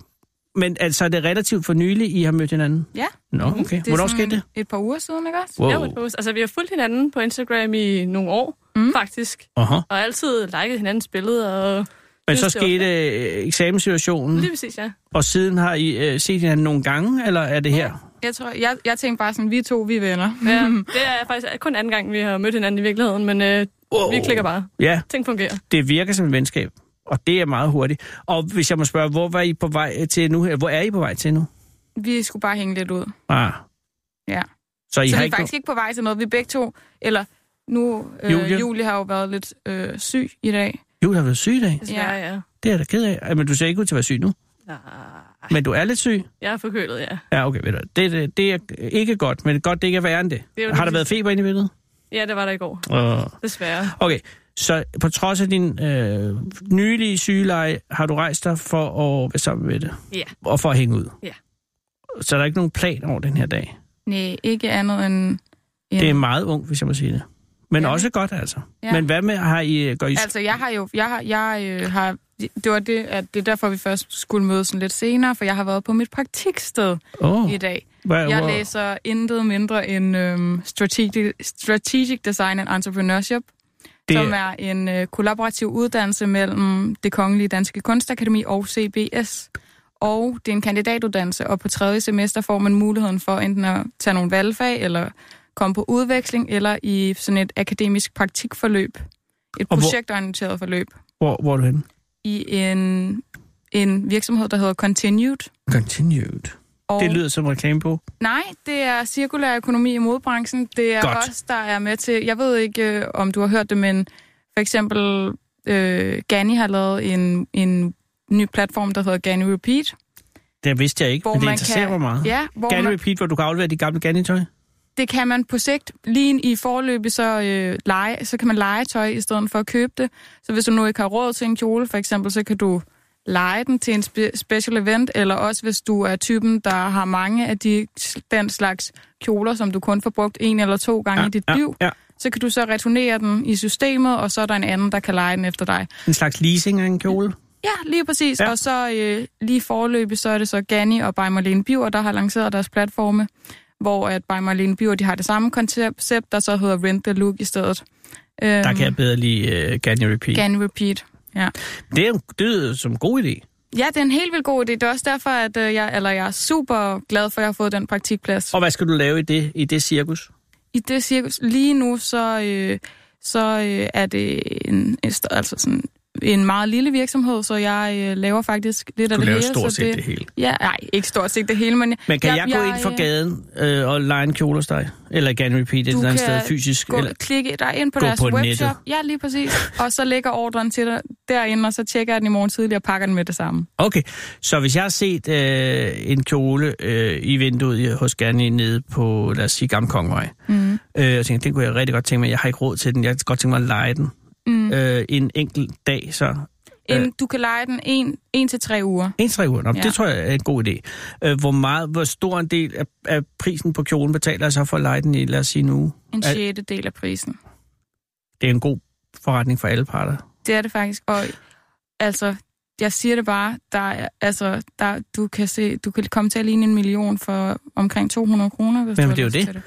Speaker 3: Men altså, er det relativt for nylig, I har mødt hinanden?
Speaker 8: Ja.
Speaker 3: Nå, okay.
Speaker 8: Mhm. Det er
Speaker 3: Hvornår
Speaker 8: sådan
Speaker 3: skete det?
Speaker 8: Et par uger siden, ikke også?
Speaker 9: Ja, men post. altså, vi har fulgt hinanden på Instagram i nogle år, mm. faktisk.
Speaker 3: Aha.
Speaker 9: Og altid liket hinandens billeder. Og...
Speaker 3: Men
Speaker 9: Synes,
Speaker 3: så
Speaker 9: det var
Speaker 3: skete øh, eksamenssituationen,
Speaker 9: Lige præcis, ja.
Speaker 3: og siden har I øh, set hinanden nogle gange, eller er det her?
Speaker 8: Jeg, tror, jeg, jeg tænkte bare sådan, vi to, vi er venner.
Speaker 9: ja. Det er faktisk kun anden gang, vi har mødt hinanden i virkeligheden, men øh,
Speaker 3: Wow.
Speaker 9: vi klikker bare.
Speaker 3: Ja,
Speaker 9: Ting fungerer.
Speaker 3: det virker som et venskab, og det er meget hurtigt. Og hvis jeg må spørge, hvor var I på vej øh, til nu her? Hvor er I på vej til nu?
Speaker 8: Vi skulle bare hænge lidt ud.
Speaker 3: Ah,
Speaker 8: Ja.
Speaker 3: så I
Speaker 8: så
Speaker 3: har
Speaker 8: vi er
Speaker 3: ikke...
Speaker 8: faktisk ikke på vej til noget. Vi er begge to, eller nu, øh,
Speaker 3: Julie.
Speaker 8: Julie. Julie har jo været lidt øh, syg i dag.
Speaker 3: Jo, du har været syg i dag.
Speaker 9: Desværre, ja. ja.
Speaker 3: Det er jeg da ked af. Ej, Men du ser ikke ud til at være syg nu. Men du er lidt syg.
Speaker 9: Jeg er forkølet, ja.
Speaker 3: Ja, okay, ved du. Det, det, det er ikke godt, men godt, det ikke er værre end det.
Speaker 9: Det er jo
Speaker 3: har der
Speaker 9: det
Speaker 3: været feber inde i billedet?
Speaker 9: Ja, det var der i går.
Speaker 3: Uh.
Speaker 9: Desværre.
Speaker 3: Okay, så på trods af din øh, nylige sygeleje, har du rejst dig for at være sammen med det?
Speaker 9: Ja.
Speaker 3: Og for at hænge ud?
Speaker 9: Ja.
Speaker 3: Så er der ikke nogen plan over den her dag?
Speaker 8: Nej, ikke andet end...
Speaker 3: Ja. Det er meget ung, hvis jeg må sige det. Men ja.
Speaker 8: Ja.
Speaker 3: også godt, altså. Ja.
Speaker 8: Ja.
Speaker 3: Men hvad med, har I, går I... Altså,
Speaker 8: Altså, jeg har jo... Jeg har, jeg, øh, har, det var det, at det er derfor, vi først skulle mødes sådan lidt senere, for jeg har været på mit praktiksted
Speaker 3: oh,
Speaker 8: i dag.
Speaker 3: Hvad,
Speaker 8: Jeg
Speaker 3: hvor-
Speaker 8: læser intet mindre end øhm, strategic, strategic Design and Entrepreneurship,
Speaker 3: det,
Speaker 8: som er en øh, kollaborativ uddannelse mellem det Kongelige Danske Kunstakademi og CBS. Og det er en kandidatuddannelse, og på tredje semester får man muligheden for enten at tage nogle valgfag, eller komme på udveksling, eller i sådan et akademisk praktikforløb. Et
Speaker 3: hvor-
Speaker 8: projektorienteret forløb
Speaker 3: hvor, hvor er du henne?
Speaker 8: i en, en virksomhed, der hedder Continued.
Speaker 3: Continued.
Speaker 8: Og
Speaker 3: Det lyder som reklame på.
Speaker 8: Nej, det er cirkulær økonomi i modbranchen. Det er
Speaker 3: Godt.
Speaker 8: Godt. os, der er med til... Jeg ved ikke, øh, om du har hørt det, men for eksempel øh, Gani har lavet en, en ny platform, der hedder Gani Repeat.
Speaker 3: Det vidste jeg ikke,
Speaker 8: Hvor
Speaker 3: men det
Speaker 8: man
Speaker 3: interesserer
Speaker 8: kan-
Speaker 3: mig meget.
Speaker 8: Ja, hvor
Speaker 3: Gerne
Speaker 8: man,
Speaker 3: repeat, hvor du kan aflevere dit gamle gannetøj.
Speaker 8: det kan man på sigt lige i forløbet, så, øh, lege, så kan man lege tøj i stedet for at købe det. Så hvis du nu ikke har råd til en kjole, for eksempel, så kan du lege den til en spe- special event, eller også hvis du er typen, der har mange af de, den slags kjoler, som du kun får brugt en eller to gange ja, i dit
Speaker 3: ja,
Speaker 8: liv,
Speaker 3: ja.
Speaker 8: så kan du så returnere den i systemet, og så er der en anden, der kan lege den efter dig.
Speaker 3: En slags leasing af en kjole.
Speaker 8: Ja, lige præcis.
Speaker 3: Ja.
Speaker 8: Ja. Og så øh, lige forløbet, så er det så Ganni og By Marlene Biver, der har lanceret deres platforme, hvor at By Marlene Biver, de har det samme koncept, der så hedder Rent the Look i stedet. Øhm,
Speaker 3: Der kan jeg bedre lide uh, Ganni Repeat.
Speaker 8: Ganni Repeat. Ja.
Speaker 3: Det er jo det lyder som en god idé.
Speaker 8: ja, det er en helt vildt god idé. Det er også derfor, at øh, jeg, eller jeg er super glad for, at jeg har fået den praktikplads.
Speaker 3: Og hvad skal du lave i det, i det cirkus?
Speaker 8: i det cirkus lige nu, så, øh, så øh, er det en, en st- altså sådan, en meget lille virksomhed, så jeg øh, laver faktisk lidt af
Speaker 3: Du
Speaker 8: det
Speaker 3: laver
Speaker 8: hele.
Speaker 3: stort
Speaker 8: så
Speaker 3: set det hele.
Speaker 8: Ja, nej, ikke stort set det hele, men...
Speaker 3: Men kan jeg, jeg gå ind for
Speaker 8: øh,
Speaker 3: gaden øh, og lege en kjole hos dig? Eller Ganni Repeat et
Speaker 8: Du
Speaker 3: eller andet
Speaker 8: kan
Speaker 3: sted fysisk?
Speaker 8: Gå,
Speaker 3: Eller,
Speaker 8: klikke dig ind på
Speaker 3: Gå
Speaker 8: deres
Speaker 3: på
Speaker 8: webshop.
Speaker 3: nettet.
Speaker 8: Ja, lige præcis. Og så lægger ordren til dig derinde, og så tjekker jeg den i morgen tidlig og pakker den med det samme.
Speaker 3: okay, så hvis jeg har set øh, en kjole øh, i vinduet i- hos Ganni nede på, lad os sige, Gamle Kongevej,
Speaker 8: Mm.
Speaker 3: Øh, jeg tænkte, den kunne jeg rigtig godt tænke mig. Jeg har ikke råd til den. Jeg kunne godt tænke mig at lege den.
Speaker 8: Mm.
Speaker 3: Øh, en enkelt dag, så... Øh,
Speaker 8: En, du kan lege den en, en til tre uger.
Speaker 3: En til tre uger. Nå, ja.
Speaker 8: Ja.
Speaker 3: Det tror jeg er en god idé. Øh, hvor, meget, hvor stor en del af, af prisen på kjolen betaler jeg så for at lege den i, lad os sige, en uge?
Speaker 8: En
Speaker 3: Al-
Speaker 8: sjette del af prisen.
Speaker 3: Det er en god forretning for alle parter.
Speaker 8: Det er det faktisk. Og altså, jeg siger det bare, der er, altså, der, du, kan se, du kan komme til at ligne en million for omkring 200 kroner, hvis
Speaker 3: Jamen,
Speaker 8: du har
Speaker 3: det er jo det.
Speaker 8: lyst til det.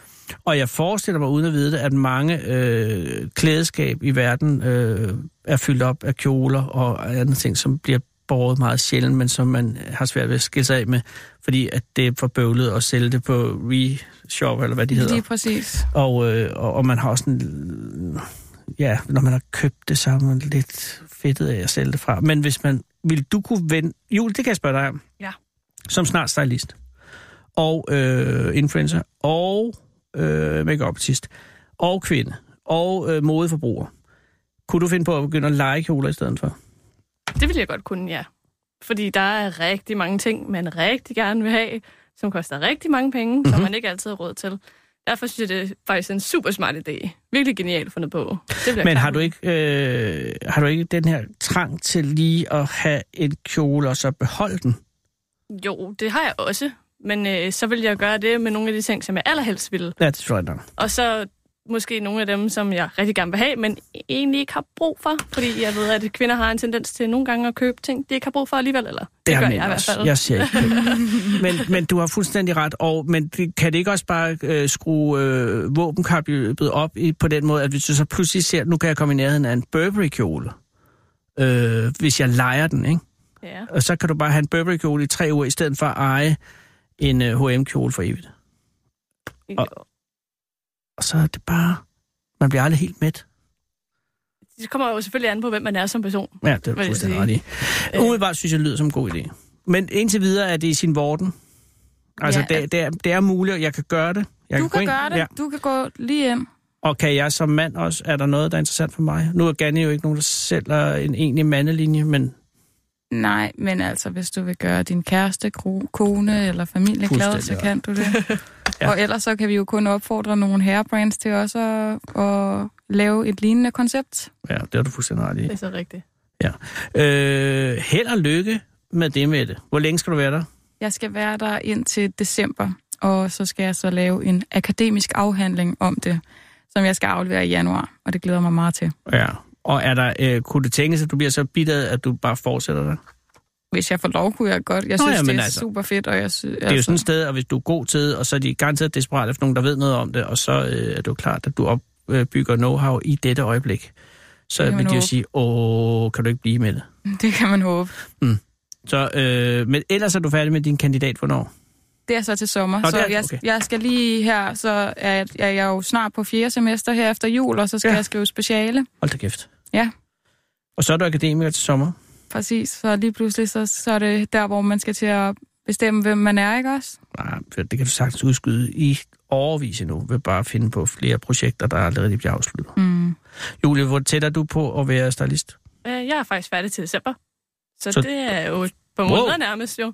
Speaker 3: Og jeg forestiller mig, uden at vide det, at mange øh, klædeskab i verden øh, er fyldt op af kjoler og andre ting, som bliver båret meget sjældent, men som man har svært ved at skille sig af med, fordi at det er for bøvlet at sælge det på reshop, eller hvad de hedder.
Speaker 8: Lige præcis.
Speaker 3: Og, øh, og, og man har også en... Ja, når man har købt det, så er man lidt fedtet af at sælge det fra. Men hvis man... Vil du kunne vende... Jul, det kan jeg spørge dig om.
Speaker 9: Ja.
Speaker 3: Som snart stylist. Og øh, influencer. Og øh, make artist Og kvinde. Og øh, modeforbruger. Kunne du finde på at begynde at lege kjoler i stedet for?
Speaker 9: Det ville jeg godt kunne, ja. Fordi der er rigtig mange ting, man rigtig gerne vil have, som koster rigtig mange penge,
Speaker 3: Mhm.
Speaker 9: mm-hmm. som man ikke altid har råd til. Derfor synes jeg, det er faktisk en super smart idé. Virkelig genialt fundet på. Det vil jeg
Speaker 3: Men
Speaker 9: klart
Speaker 3: har du,
Speaker 9: kunne.
Speaker 3: ikke, øh, har du ikke den her trang til lige at have en kjole og så beholde den?
Speaker 9: Jo, det har jeg også. Men øh, så vil jeg gøre det med nogle af de ting, som jeg allerhelst ville.
Speaker 3: Ja, det tror jeg nok.
Speaker 9: Og så måske nogle af dem, som jeg rigtig gerne vil have, men egentlig ikke har brug for. Fordi jeg ved, at kvinder har en tendens til nogle gange at købe ting, de ikke har brug for alligevel. Eller det,
Speaker 3: har
Speaker 9: gør
Speaker 3: mænd
Speaker 9: jeg i hvert
Speaker 3: også.
Speaker 9: fald.
Speaker 3: Jeg siger ikke køn. men, men du har fuldstændig ret. Og, men det- kan det ikke også bare øh, skrue øh, våbenkabløbet op i, på den måde, at hvis du så pludselig ser, nu kan jeg komme i nærheden af en Burberry-kjole, øh, hvis jeg leger den, ikke?
Speaker 9: Ja.
Speaker 3: Og så kan du bare have en Burberry-kjole i tre uger, i stedet for at eje en øh, H&M-kjole for evigt. Og- Og så er det bare... Man bliver aldrig helt mæt.
Speaker 9: Det kommer jo selvfølgelig an på, hvem man er som person.
Speaker 3: Ja, det er
Speaker 9: Vil
Speaker 3: du
Speaker 9: jeg
Speaker 3: fuldstændig
Speaker 9: sige.
Speaker 3: ret i.
Speaker 8: Øh.
Speaker 3: Umiddelbart synes jeg, det lyder som en god idé. Men indtil videre er det i sin vorden. Altså,
Speaker 8: Ja,
Speaker 3: ja, det, det, er, det er muligt, og jeg kan gøre det. Jeg
Speaker 8: Du
Speaker 3: gå
Speaker 8: kan
Speaker 3: ind-
Speaker 8: gøre det.
Speaker 3: Ja.
Speaker 8: Du kan gå lige ind.
Speaker 3: Og kan jeg som mand også, er der noget, der er interessant for mig? Nu er Ganni jo ikke nogen, der sælger en egentlig mandelinje, men
Speaker 8: Nej, men altså, hvis du vil gøre din kæreste, kro- kone eller familie glad, så
Speaker 3: Fuldstændig
Speaker 8: kan du det.
Speaker 3: Ja.
Speaker 8: ja. Og ellers så kan vi jo kun opfordre nogle hairbrands til også at, at lave et lignende koncept.
Speaker 3: ja, det har du fuldstændig ret i.
Speaker 9: Det er så rigtigt.
Speaker 3: Ja. Øh, held og lykke med det, med det. Hvor længe skal du være der?
Speaker 8: Jeg skal være der indtil december, og så skal jeg så lave en akademisk afhandling om det, som jeg skal aflevere i januar, og det glæder jeg mig meget til.
Speaker 3: Ja. Og er der, øh, kunne det tænkes, at du bliver så bitter, at du bare fortsætter der?
Speaker 8: hvis jeg får lov, kunne jeg godt. Jeg
Speaker 3: Nå,
Speaker 8: synes,
Speaker 3: jamen
Speaker 8: det er
Speaker 3: altså.
Speaker 8: altså. super fedt, og jeg altså, synes...
Speaker 3: Det er jo sådan et sted, og hvis du er god til og så er de garanteret desperat efter nogen, der ved noget om det, og så øh, er det jo klart, at du opbygger know-how i dette øjeblik. Så
Speaker 8: Det kan
Speaker 3: vil
Speaker 8: man
Speaker 3: de jo
Speaker 8: håbe.
Speaker 3: sige, åh, kan du ikke blive med det?
Speaker 8: Det kan man håbe.
Speaker 3: Så, øh, men ellers er du færdig med din kandidat, hvornår?
Speaker 8: Det er så til sommer.
Speaker 3: Nå,
Speaker 8: så
Speaker 3: det er-
Speaker 8: jeg,
Speaker 3: okay.
Speaker 8: jeg skal lige her, så er jeg, jeg er jo snart på fjerde semester her efter jul, og så skal
Speaker 3: Ja.
Speaker 8: ja. jeg skrive speciale.
Speaker 3: Hold da kæft.
Speaker 8: Ja.
Speaker 3: Og så er du akademiker til sommer.
Speaker 8: Præcis. Så lige pludselig, så, så er det der, hvor man skal til at bestemme, hvem man er, ikke også?
Speaker 3: Nej, det kan du sagtens udskyde i overvis endnu, ved bare at finde på flere projekter, der allerede bliver afsluttet.
Speaker 8: Mm.
Speaker 3: Julie, hvor tæt er du på at være stylist?
Speaker 10: Øh, jeg er faktisk færdig til december.
Speaker 3: Så-
Speaker 10: Så, så... det er jo på
Speaker 3: Wow.
Speaker 10: måneder nærmest jo.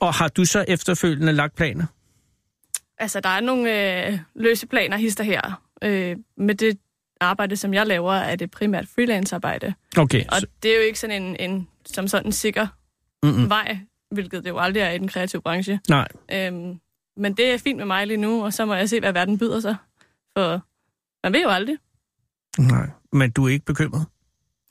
Speaker 3: Og har du så efterfølgende lagt planer?
Speaker 10: Altså, der er nogle øh, løse planer, hister her. Øh, med det arbejde, som jeg laver, er det primært freelance-arbejde.
Speaker 3: Okay,
Speaker 10: Og
Speaker 3: så,
Speaker 10: det er jo ikke sådan en, en som sådan sikker
Speaker 3: mm-mm,
Speaker 10: vej, hvilket det jo aldrig er i den kreative branche.
Speaker 3: nej.
Speaker 10: Øhm, men det er fint med mig lige nu, og så må jeg se, hvad verden byder sig. For man ved jo aldrig.
Speaker 3: nej, men du er ikke bekymret?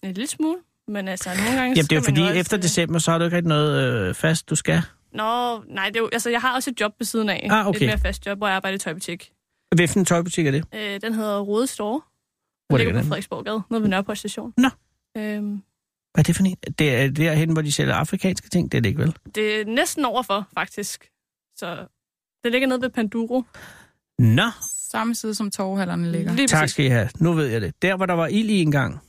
Speaker 10: En lille smule. Men altså, nogle
Speaker 3: Jamen,
Speaker 10: gange...
Speaker 3: det er jo
Speaker 10: skal man
Speaker 3: fordi,
Speaker 10: også-
Speaker 3: efter december, så har du ikke rigtig noget øh, fast, du skal.
Speaker 10: Nå, nej, det er jo, altså, jeg har også et job ved siden af.
Speaker 3: Ah, okay.
Speaker 10: Et mere fast job, hvor jeg arbejder i tøjbutik.
Speaker 3: Hvilken tøjbutik er det?
Speaker 10: Øh, den hedder Rode Store.
Speaker 3: Hvor
Speaker 10: Hvor
Speaker 3: ligger
Speaker 10: ligger på
Speaker 3: den?
Speaker 10: Frederiksborggade, nede ved Nørreport station.
Speaker 3: Nå.
Speaker 10: Øhm,
Speaker 3: Hvad er det for en? Det er derhen, hvor de sælger afrikanske ting, det er det ikke vel?
Speaker 10: det er næsten overfor, faktisk. Så det ligger nede ved Panduro.
Speaker 3: Nå,
Speaker 8: Samme side, som torvhallerne ligger.
Speaker 10: Lige
Speaker 3: tak
Speaker 10: præcis.
Speaker 3: skal I have. Nu ved jeg det. Der, hvor der var ild i en gang.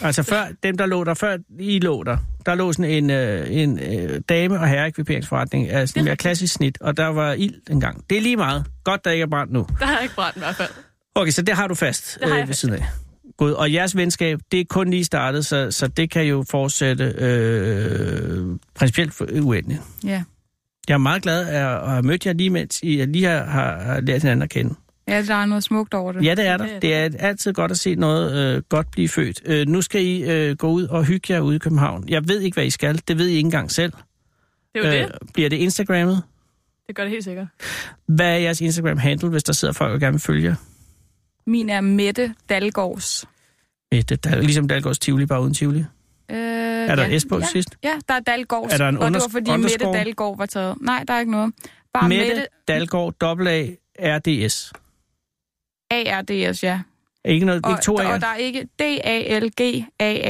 Speaker 3: Altså før, dem der lå der, før I lå der, der lå sådan en, øh, en øh, dame- og herreekviperingsforretning af sådan
Speaker 10: Det er
Speaker 3: mere
Speaker 10: rigtigt.
Speaker 3: klassisk snit, og der var ild en gang. Det er lige meget. Godt, der ikke er brændt nu.
Speaker 10: Der har jeg ikke brændt i hvert fald.
Speaker 3: Okay, så det har du fast øh,
Speaker 10: Det har jeg
Speaker 3: ved
Speaker 10: fast.
Speaker 3: siden af. God. Og jeres venskab, det er kun lige startet, så, så det kan jo fortsætte øh, principielt for- uendeligt.
Speaker 8: Ja.
Speaker 3: Jeg er meget glad af at have mødt jer lige, mens I lige har, har har lært hinanden at kende.
Speaker 8: ja, der er noget smukt over det.
Speaker 3: Ja, det er
Speaker 10: Det
Speaker 3: der.
Speaker 10: er
Speaker 3: Det er altid godt at se noget øh, godt blive født. Øh, nu skal I øh, gå ud og hygge jer ude i København. Jeg ved ikke, hvad I skal. Det ved I ikke engang selv.
Speaker 10: Det er jo øh. det.
Speaker 3: bliver det Instagrammet?
Speaker 10: Det gør det helt sikkert.
Speaker 3: Hvad er jeres Instagram-handle, hvis der sidder folk, der gerne vil følge jer?
Speaker 8: Min er Mette Dalgårds.
Speaker 3: Eh, Det er ligesom Dalgårds Tivoli, bare uden Tivoli.
Speaker 8: Øh,
Speaker 3: Er der
Speaker 8: ja.
Speaker 3: ja. S på
Speaker 8: ja.
Speaker 3: til sidst?
Speaker 8: Ja, der er Dalgårds.
Speaker 3: Er der en
Speaker 8: og det
Speaker 3: unders-
Speaker 8: var, fordi Mette
Speaker 3: underscore?
Speaker 8: Dalgaard var taget. Nej, der er ikke noget. Bare Mette,
Speaker 3: Mette Dalgaard, dobbelt A, RDS.
Speaker 8: A-R-D-S, ja.
Speaker 3: Ikke, noget,
Speaker 8: Og,
Speaker 3: ikke to A'er?
Speaker 8: og der er ikke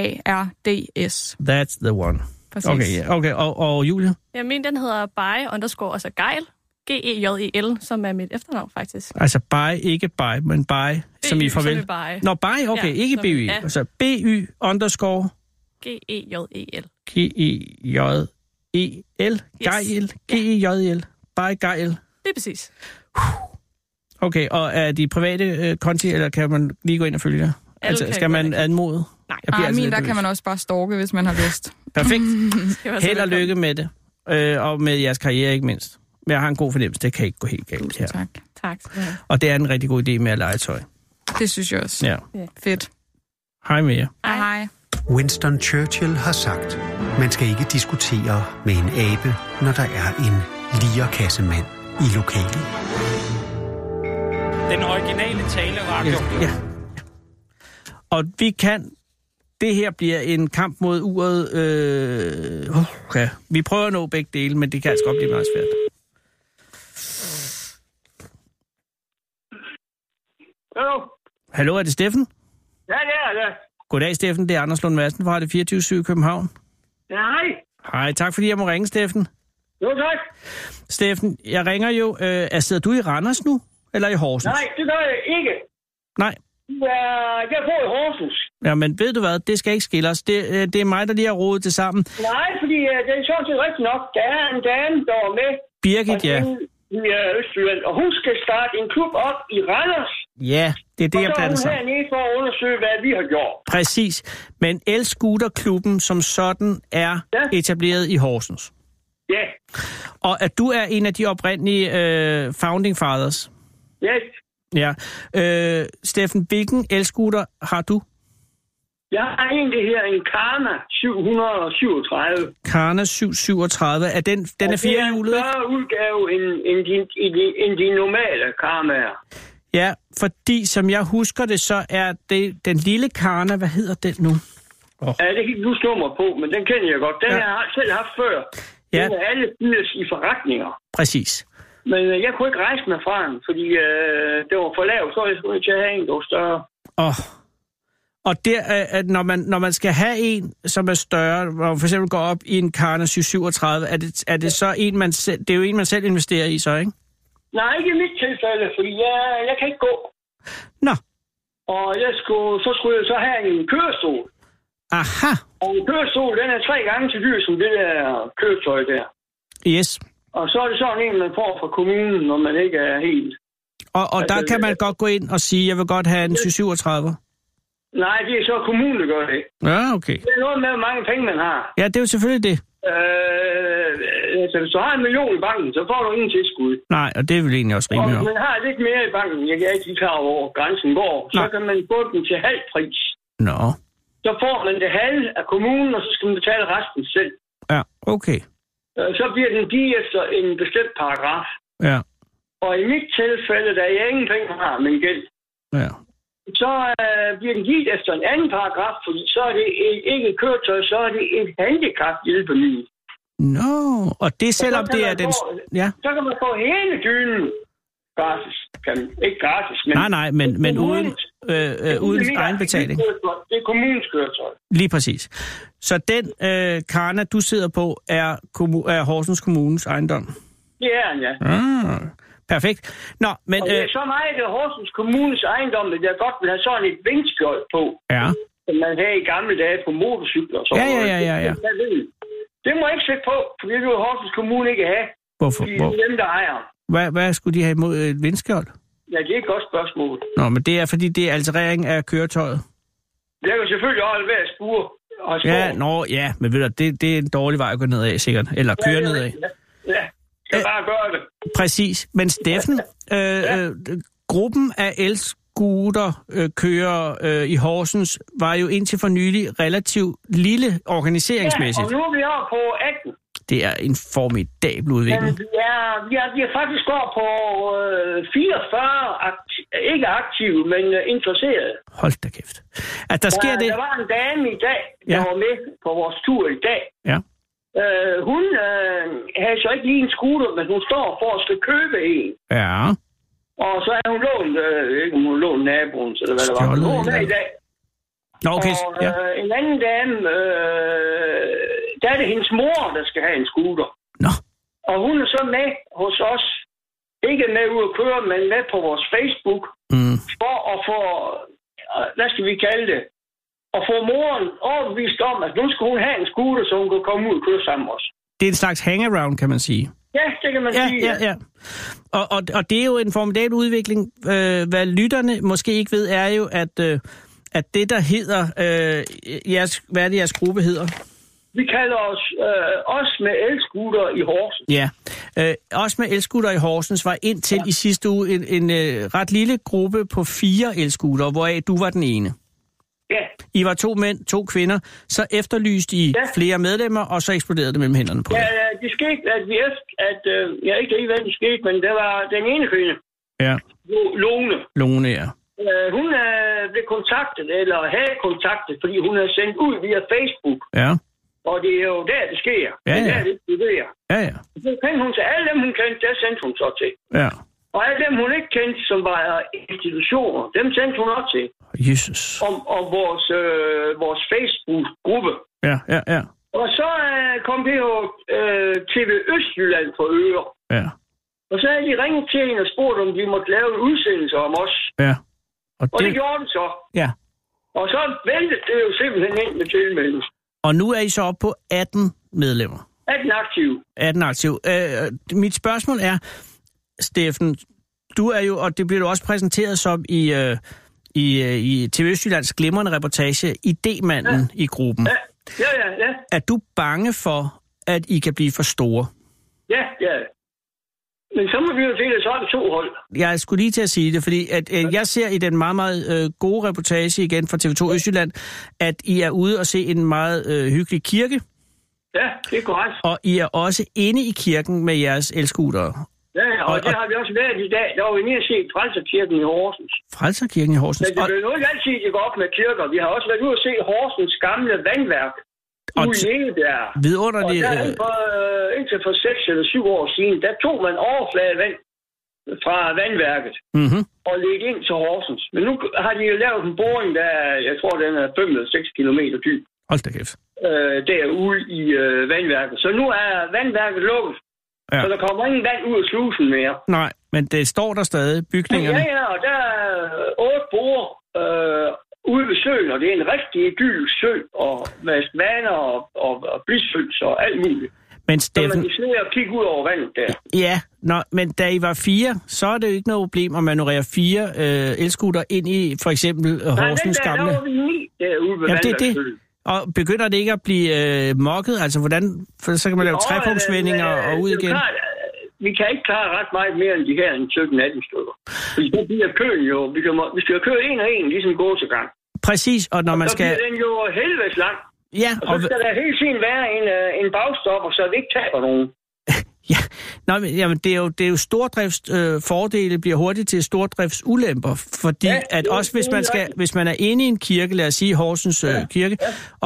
Speaker 8: D-A-L-G-A-A-R-D-S.
Speaker 3: That's the one.
Speaker 8: Præcis.
Speaker 3: Okay, ja. okay. Og, og Julia?
Speaker 10: Jeg mener, den hedder By underscore, altså Geil. G-E-J-E-L, E som er mit efternavn, faktisk.
Speaker 3: Altså bye, ikke bye, men bye, som I farvel.
Speaker 10: Øh, Som i By.
Speaker 3: Nå, bye, okay,
Speaker 10: Ja,
Speaker 3: ikke
Speaker 10: som i-
Speaker 3: BY.
Speaker 10: ja.
Speaker 3: Altså BY underscore
Speaker 10: E
Speaker 3: E
Speaker 10: G-E-J-E-L.
Speaker 3: G-E-J-E-L. E Geil. E G-E-J-E-L. Bare Geil.
Speaker 10: Lige præcis.
Speaker 3: Okay, og er de private øh, konti, eller kan man lige gå ind og følge jer? Altså,
Speaker 10: kan
Speaker 3: skal
Speaker 10: gå
Speaker 3: man
Speaker 10: ind.
Speaker 3: anmode?
Speaker 10: Nej.
Speaker 3: Jeg bliver
Speaker 8: Ah,
Speaker 3: altså
Speaker 8: min,
Speaker 3: lidt
Speaker 8: der kan
Speaker 3: nervøs.
Speaker 8: man også bare stalke, hvis man har lyst.
Speaker 3: Perfekt.
Speaker 10: Det var så
Speaker 3: Held og
Speaker 10: Altså, velkommen.
Speaker 3: lykke med det. Øh, og med jeres karriere, ikke mindst. Men jeg har en god fornemmelse, det kan ikke gå helt galt her.
Speaker 8: Tusind tak.
Speaker 10: Tak. skal du have.
Speaker 3: Og det er en rigtig god idé med at lege tøj.
Speaker 8: Det synes jeg også.
Speaker 3: Ja.
Speaker 8: Fedt.
Speaker 3: Hej med jer.
Speaker 8: Hej. Hej.
Speaker 2: Winston Churchill har sagt, man skal ikke diskutere med en abe, når der er en lierkassemand i lokalet.
Speaker 11: Den originale taleradio.
Speaker 3: Ja. Og vi kan... Det her bliver en kamp mod uret. Øh, uh, ja. Vi prøver at nå begge dele, men det kan altså godt blive meget svært.
Speaker 6: Hallo?
Speaker 3: Hallo, er det Steffen?
Speaker 6: Ja, det er det.
Speaker 3: Goddag, Steffen. Det er Anders Lund Madsen fra det 24 København.
Speaker 6: Ja, hej.
Speaker 3: Hej, tak fordi jeg må ringe, Steffen.
Speaker 6: Jo, tak.
Speaker 3: Steffen, jeg ringer jo. Øh, er sidder du i Randers nu? Eller i Horsens?
Speaker 6: Nej, det gør jeg ikke.
Speaker 3: Nej.
Speaker 6: Ja, jeg bor i Horsens.
Speaker 3: Ja, men ved du hvad? Det skal ikke skille os. Det, øh, det er mig, der lige har rodet det sammen.
Speaker 6: Nej, fordi uh, det er sådan set rigtigt nok. Der er en dame, der var med.
Speaker 3: Birgit, ja.
Speaker 6: I øh, Østjylland. Og hun skal starte en klub op i Randers.
Speaker 3: Ja, det er det, jeg
Speaker 6: og så er
Speaker 3: blander
Speaker 6: hun
Speaker 3: sammen.
Speaker 6: hernede for at undersøge, hvad vi har gjort.
Speaker 3: Præcis. Men El-scooterklubben som sådan er ja.
Speaker 6: Ja.
Speaker 3: etableret i Horsens.
Speaker 6: Ja,
Speaker 3: Og at du er en af de oprindelige øh, founding fathers.
Speaker 6: yes.
Speaker 3: Ja. Øh, Steffen, hvilken el-scooter har du?
Speaker 6: Jeg har en, det her en Karma 737.
Speaker 3: Karna 737. Er den, den er firehjulet,
Speaker 6: Det er en
Speaker 3: ikke?
Speaker 6: større udgave end, end, de, end, de, end de normale Karma'er.
Speaker 3: Ja, fordi som jeg husker det, så er det den lille Karna, hvad hedder den nu?
Speaker 10: Ja, det kan ikke huske nummer på, men den kender jeg godt. Den
Speaker 3: Ja.
Speaker 10: ja. har jeg selv haft før.
Speaker 3: Ja.
Speaker 10: Ja. Den er alle byers i forretninger.
Speaker 3: Præcis.
Speaker 10: Men øh, jeg kunne ikke rejse mig fra den, fordi øh, det var for lavt, så jeg skulle til at have en, der var større.
Speaker 3: Og, og der, er- at når man, når man skal have en, som er større, hvor man for eksempel går op i en Karna 737, er det, er det så en, man selv, det er jo en, man selv investerer i så, ikke?
Speaker 10: Nej, ikke i mit tilfælde, fordi jeg, jeg kan ikke gå.
Speaker 3: Nå,
Speaker 10: Og jeg skulle, så skulle jeg så have en kørestol.
Speaker 3: aha,
Speaker 10: Og en kørestol, den er tre gange så dyr som det der køretøj der.
Speaker 3: yes.
Speaker 10: Og så er det sådan en, man får fra kommunen, når man ikke er helt...
Speaker 3: Og, og der
Speaker 10: Altså,
Speaker 3: kan man
Speaker 10: jeg-
Speaker 3: godt gå ind og sige, jeg vil godt have en 737.
Speaker 10: Nej, det er så kommunen, der gør det.
Speaker 3: Ja, okay.
Speaker 10: Det er noget med, hvor mange penge man har.
Speaker 3: Ja, det er jo selvfølgelig det.
Speaker 10: Øh, altså, hvis du har en million i banken, så får du ingen tilskud.
Speaker 3: Nej, og det er vel egentlig også
Speaker 10: Og
Speaker 3: rimeligt
Speaker 10: hvis
Speaker 3: nok.
Speaker 10: man har lidt mere i banken, jeg er ikke lige klar over, hvor grænsen går, så
Speaker 3: Nej.
Speaker 10: kan man få den til halv pris.
Speaker 3: Nå,
Speaker 10: Så får man det halve af kommunen, og så skal man betale resten selv.
Speaker 3: ja, okay.
Speaker 10: Øh, Så bliver den lige efter en bestemt paragraf.
Speaker 3: Ja,
Speaker 10: Og i mit tilfælde, da jeg ingenting har med gæld,
Speaker 3: ja.
Speaker 10: så øh, bliver den givet efter en anden paragraf, fordi så er det et, ikke et køretøj, så er det et handicap hjælpemiddel.
Speaker 3: Nå, og det er selvom
Speaker 10: Og så kan
Speaker 3: det
Speaker 10: man
Speaker 3: er den...
Speaker 10: få-
Speaker 3: Ja,
Speaker 10: Så kan man få hele dynen gratis. Kan, ikke gratis, men...
Speaker 3: nej, nej, men, men uden, øh, øh,
Speaker 10: Det er
Speaker 3: uden
Speaker 10: mit
Speaker 3: egenbetaling.
Speaker 10: køretøj. Det er kommunens køretøj.
Speaker 3: Lige præcis. Så den øh, karna, du sidder på, er, kommu- er Horsens Kommunes ejendom.
Speaker 10: Det er han, ja.
Speaker 3: Mm. Perfekt. Nå, men...
Speaker 10: Og det
Speaker 3: Øh,
Speaker 10: er så meget af Horsens Kommunes ejendom, at jeg godt vil have sådan et vindskjold på,
Speaker 3: ja,
Speaker 10: som man havde i gamle dage på motorcykler. og sådan
Speaker 3: Ja, ja,
Speaker 10: noget.
Speaker 3: ja, ja, ja.
Speaker 10: Det, det, det, det må jeg ikke sætte på, for det vil Horsens Kommune ikke have.
Speaker 3: hvorfor?
Speaker 10: De
Speaker 3: Hvor,
Speaker 10: er dem, der ejer.
Speaker 3: hvad, hvad skulle de have imod øh, et vindskjold?
Speaker 10: Ja, det er et godt spørgsmål.
Speaker 3: Nå, men det er, fordi det er alterering af køretøjet.
Speaker 10: Jeg kan selvfølgelig holde hver spure og spor.
Speaker 3: Ja, nå, ja, men ved du, det, det er en dårlig vej at gå nedad, sikkert. Eller køre nedad.
Speaker 10: Ja, ja. Jeg
Speaker 3: Øh.
Speaker 10: kan bare gøre det.
Speaker 3: Præcis. Men Steffen, øh, øh, gruppen af elskuter øh, kører øh, i Horsens var jo indtil for nylig relativt lille
Speaker 10: Ja,
Speaker 3: organiseringsmæssigt.
Speaker 10: og nu er vi oppe på 18.
Speaker 3: Det er en formidabel
Speaker 10: Men
Speaker 3: udvikling.
Speaker 10: vi er, vi er, vi er faktisk over på øh, 44, akti- ikke aktive, men øh, interesserede.
Speaker 3: Hold da kæft. At der sker
Speaker 10: der,
Speaker 3: det...
Speaker 10: der var en dame i dag, der
Speaker 3: Ja.
Speaker 10: var med på vores tur i dag.
Speaker 3: Ja.
Speaker 10: Øh, hun øh, havde så ikke lige en scooter, men hun står for at skal købe en.
Speaker 3: Ja,
Speaker 10: Og så havde hun lånt, øh, ikke om hun lånt naboens, eller hvad det var.
Speaker 3: Stjålet
Speaker 10: Hun var med
Speaker 3: eller-
Speaker 10: i dag.
Speaker 3: Nå, okay.
Speaker 10: Og
Speaker 3: Ja.
Speaker 10: øh, en anden dame, øh, der er det hendes mor, der skal have en scooter.
Speaker 3: Nå,
Speaker 10: Og hun er så med hos os. Ikke med ud at køre, men med på vores Facebook.
Speaker 3: Mm.
Speaker 10: For at få, øh, hvad skal vi kalde det? Og få moren overbevist om, at nu skal hun have en scooter, så hun kan komme ud og køre sammen med os.
Speaker 3: det er en slags hangaround, kan man sige.
Speaker 10: Ja, øh, det kan man
Speaker 3: Ja,
Speaker 10: sige.
Speaker 3: ja, ja. Og, og, og det er jo en formidabel udvikling. Øh, hvad lytterne måske ikke ved, er jo, at, øh, at det, der hedder... Øh, jeres, hvad er det, jeres gruppe hedder?
Speaker 10: Vi kalder os, øh, os med elskuter i Horsens.
Speaker 3: Ja. Øh, også med elskutter i Horsens var indtil ja. i sidste uge en, en øh, ret lille gruppe på fire elskutter, hvoraf du var den ene.
Speaker 10: Ja,
Speaker 3: I var to mænd, to kvinder, så efterlyste I ja.
Speaker 10: Ja.
Speaker 3: flere medlemmer, og så eksploderede det mellem hænderne på
Speaker 10: ja
Speaker 3: jer.
Speaker 10: ja, det skete, at vi efter, at, øh, jeg er ikke lige, hvad det skete, men det var den ene kvinde,
Speaker 3: Ja,
Speaker 10: Lo- Lone.
Speaker 3: Lone, ja.
Speaker 10: Øh, hun øh, blev kontaktet, eller havde kontaktet, fordi hun er sendt ud via Facebook.
Speaker 3: Ja,
Speaker 10: Og det er jo der, det sker.
Speaker 3: Ja,
Speaker 10: Det er
Speaker 3: ja.
Speaker 10: der, det sker.
Speaker 3: ja, ja.
Speaker 10: Så kendte hun til alle dem, hun kendte, der sendte hun så til.
Speaker 3: ja.
Speaker 10: Og alle dem, hun ikke kendte, som var institutioner, dem sendte hun også til.
Speaker 3: Jesus.
Speaker 10: Om, om vores, øh, vores Facebook-gruppe.
Speaker 3: Ja, ja, ja,
Speaker 10: Og så øh, kom det jo øh, TV Østjylland for øre.
Speaker 3: ja,
Speaker 10: Og så havde de ringet til hende og spurgt, om de måtte lave en udsendelse om os.
Speaker 3: ja.
Speaker 10: Og det, det
Speaker 3: det,
Speaker 10: gjorde de så.
Speaker 3: ja.
Speaker 10: Og så væltede det jo simpelthen ind med tilmelding.
Speaker 3: Og nu er I så oppe på 18 medlemmer.
Speaker 10: Er den aktiv?
Speaker 3: 18 aktive. Øh, mit spørgsmål er, Steffen, du er jo, og det bliver du også præsenteret som i, øh, i, øh, i TV Østjyllands glimrende reportage, idémanden ja. i gruppen.
Speaker 10: Ja, ja, ja. Ja,
Speaker 3: Er du bange for, at I kan blive for store?
Speaker 10: ja. ja. Men så må vi jo finde sådan to hold.
Speaker 3: jeg skulle lige til at sige det, fordi at, øh, jeg ser i den meget, meget øh, gode reportage igen fra TV2 Østjylland, at I er ude og se en meget øh, hyggelig kirke,
Speaker 10: Ja, det er korrekt.
Speaker 3: og I er også inde i kirken med jeres elskutere.
Speaker 10: Ja, og, og,
Speaker 3: Og-
Speaker 10: det
Speaker 3: og-
Speaker 10: har vi også været i dag. Der var vi nede og se Frelserkirken i Horsens.
Speaker 3: Frelserkirken i Horsens.
Speaker 10: Men det
Speaker 3: Og,
Speaker 10: blev jo ikke altid, at det går op med kirker. Vi har også været ude og se Horsens gamle vandværk.
Speaker 3: Og
Speaker 10: Og ude i
Speaker 3: t-
Speaker 10: Engebjerg. Og
Speaker 3: vidunderlig...
Speaker 10: der,
Speaker 3: Øh,
Speaker 10: for, øh, indtil for 6 eller 7 år siden, der tog man overfladevand fra vandværket
Speaker 3: mhm.
Speaker 10: og lægge ind til Horsens. Men nu har de jo lavet en boring, der er- jeg tror, den er 5 eller 6 km dyb,
Speaker 3: Hold da kæft.
Speaker 10: øh, derude i øh, vandværket. Så nu er vandværket lukket,
Speaker 3: Ja.
Speaker 10: ja. så der kommer ingen vand ud af slusen mere.
Speaker 3: Nej, men det står der stadig, bygningerne.
Speaker 10: Ja, ja, og der er øh, otte borer øh, ude ved søen, og det er en rigtig idyllisk sø, og med svaner og, og, og blisøs og alt muligt.
Speaker 3: Men
Speaker 10: Så man
Speaker 3: Steffen,
Speaker 10: kan sidde og kigge ud over vandet der.
Speaker 3: ja, nå, men da I var fire, så er det jo ikke noget problem at manøvrere fire øh, elskutter ind i for eksempel øh,
Speaker 10: Nej, den
Speaker 3: Horsens
Speaker 10: der, der
Speaker 3: gamle.
Speaker 10: var vi ni derude ved
Speaker 3: Jamen, det er det.
Speaker 10: Vandværksøen.
Speaker 3: Og begynder det ikke at blive øh, mokket? Altså, hvordan, for så kan man lave
Speaker 10: Og, øh,
Speaker 3: trepunktsvendinger
Speaker 10: øh,
Speaker 3: og ud
Speaker 10: det er jo
Speaker 3: igen.
Speaker 10: klart, øh, Vi kan ikke klare ret meget mere end de her en 17-18 stykker. Fordi så bliver køen jo, vi, kan, må- vi skal jo køre en og en, ligesom gå til gang.
Speaker 3: Præcis, og når man
Speaker 10: Så
Speaker 3: skal...
Speaker 10: bliver den jo helvedes lang.
Speaker 3: Ja,
Speaker 10: Og
Speaker 3: og,
Speaker 10: så skal der hele tiden være en, øh, en bagstopper, så vi ikke taber nogen.
Speaker 3: ja. Nå, men, jamen, det er jo, det er jo stordrifts øh, fordele bliver hurtigt til stordriftsulemper, fordi
Speaker 10: Ja,
Speaker 3: at
Speaker 10: det er
Speaker 3: også hvis man,
Speaker 10: helt
Speaker 3: skal,
Speaker 10: rigtigt.
Speaker 3: hvis man er inde i en kirke, lad os sige Horsens øh, kirke,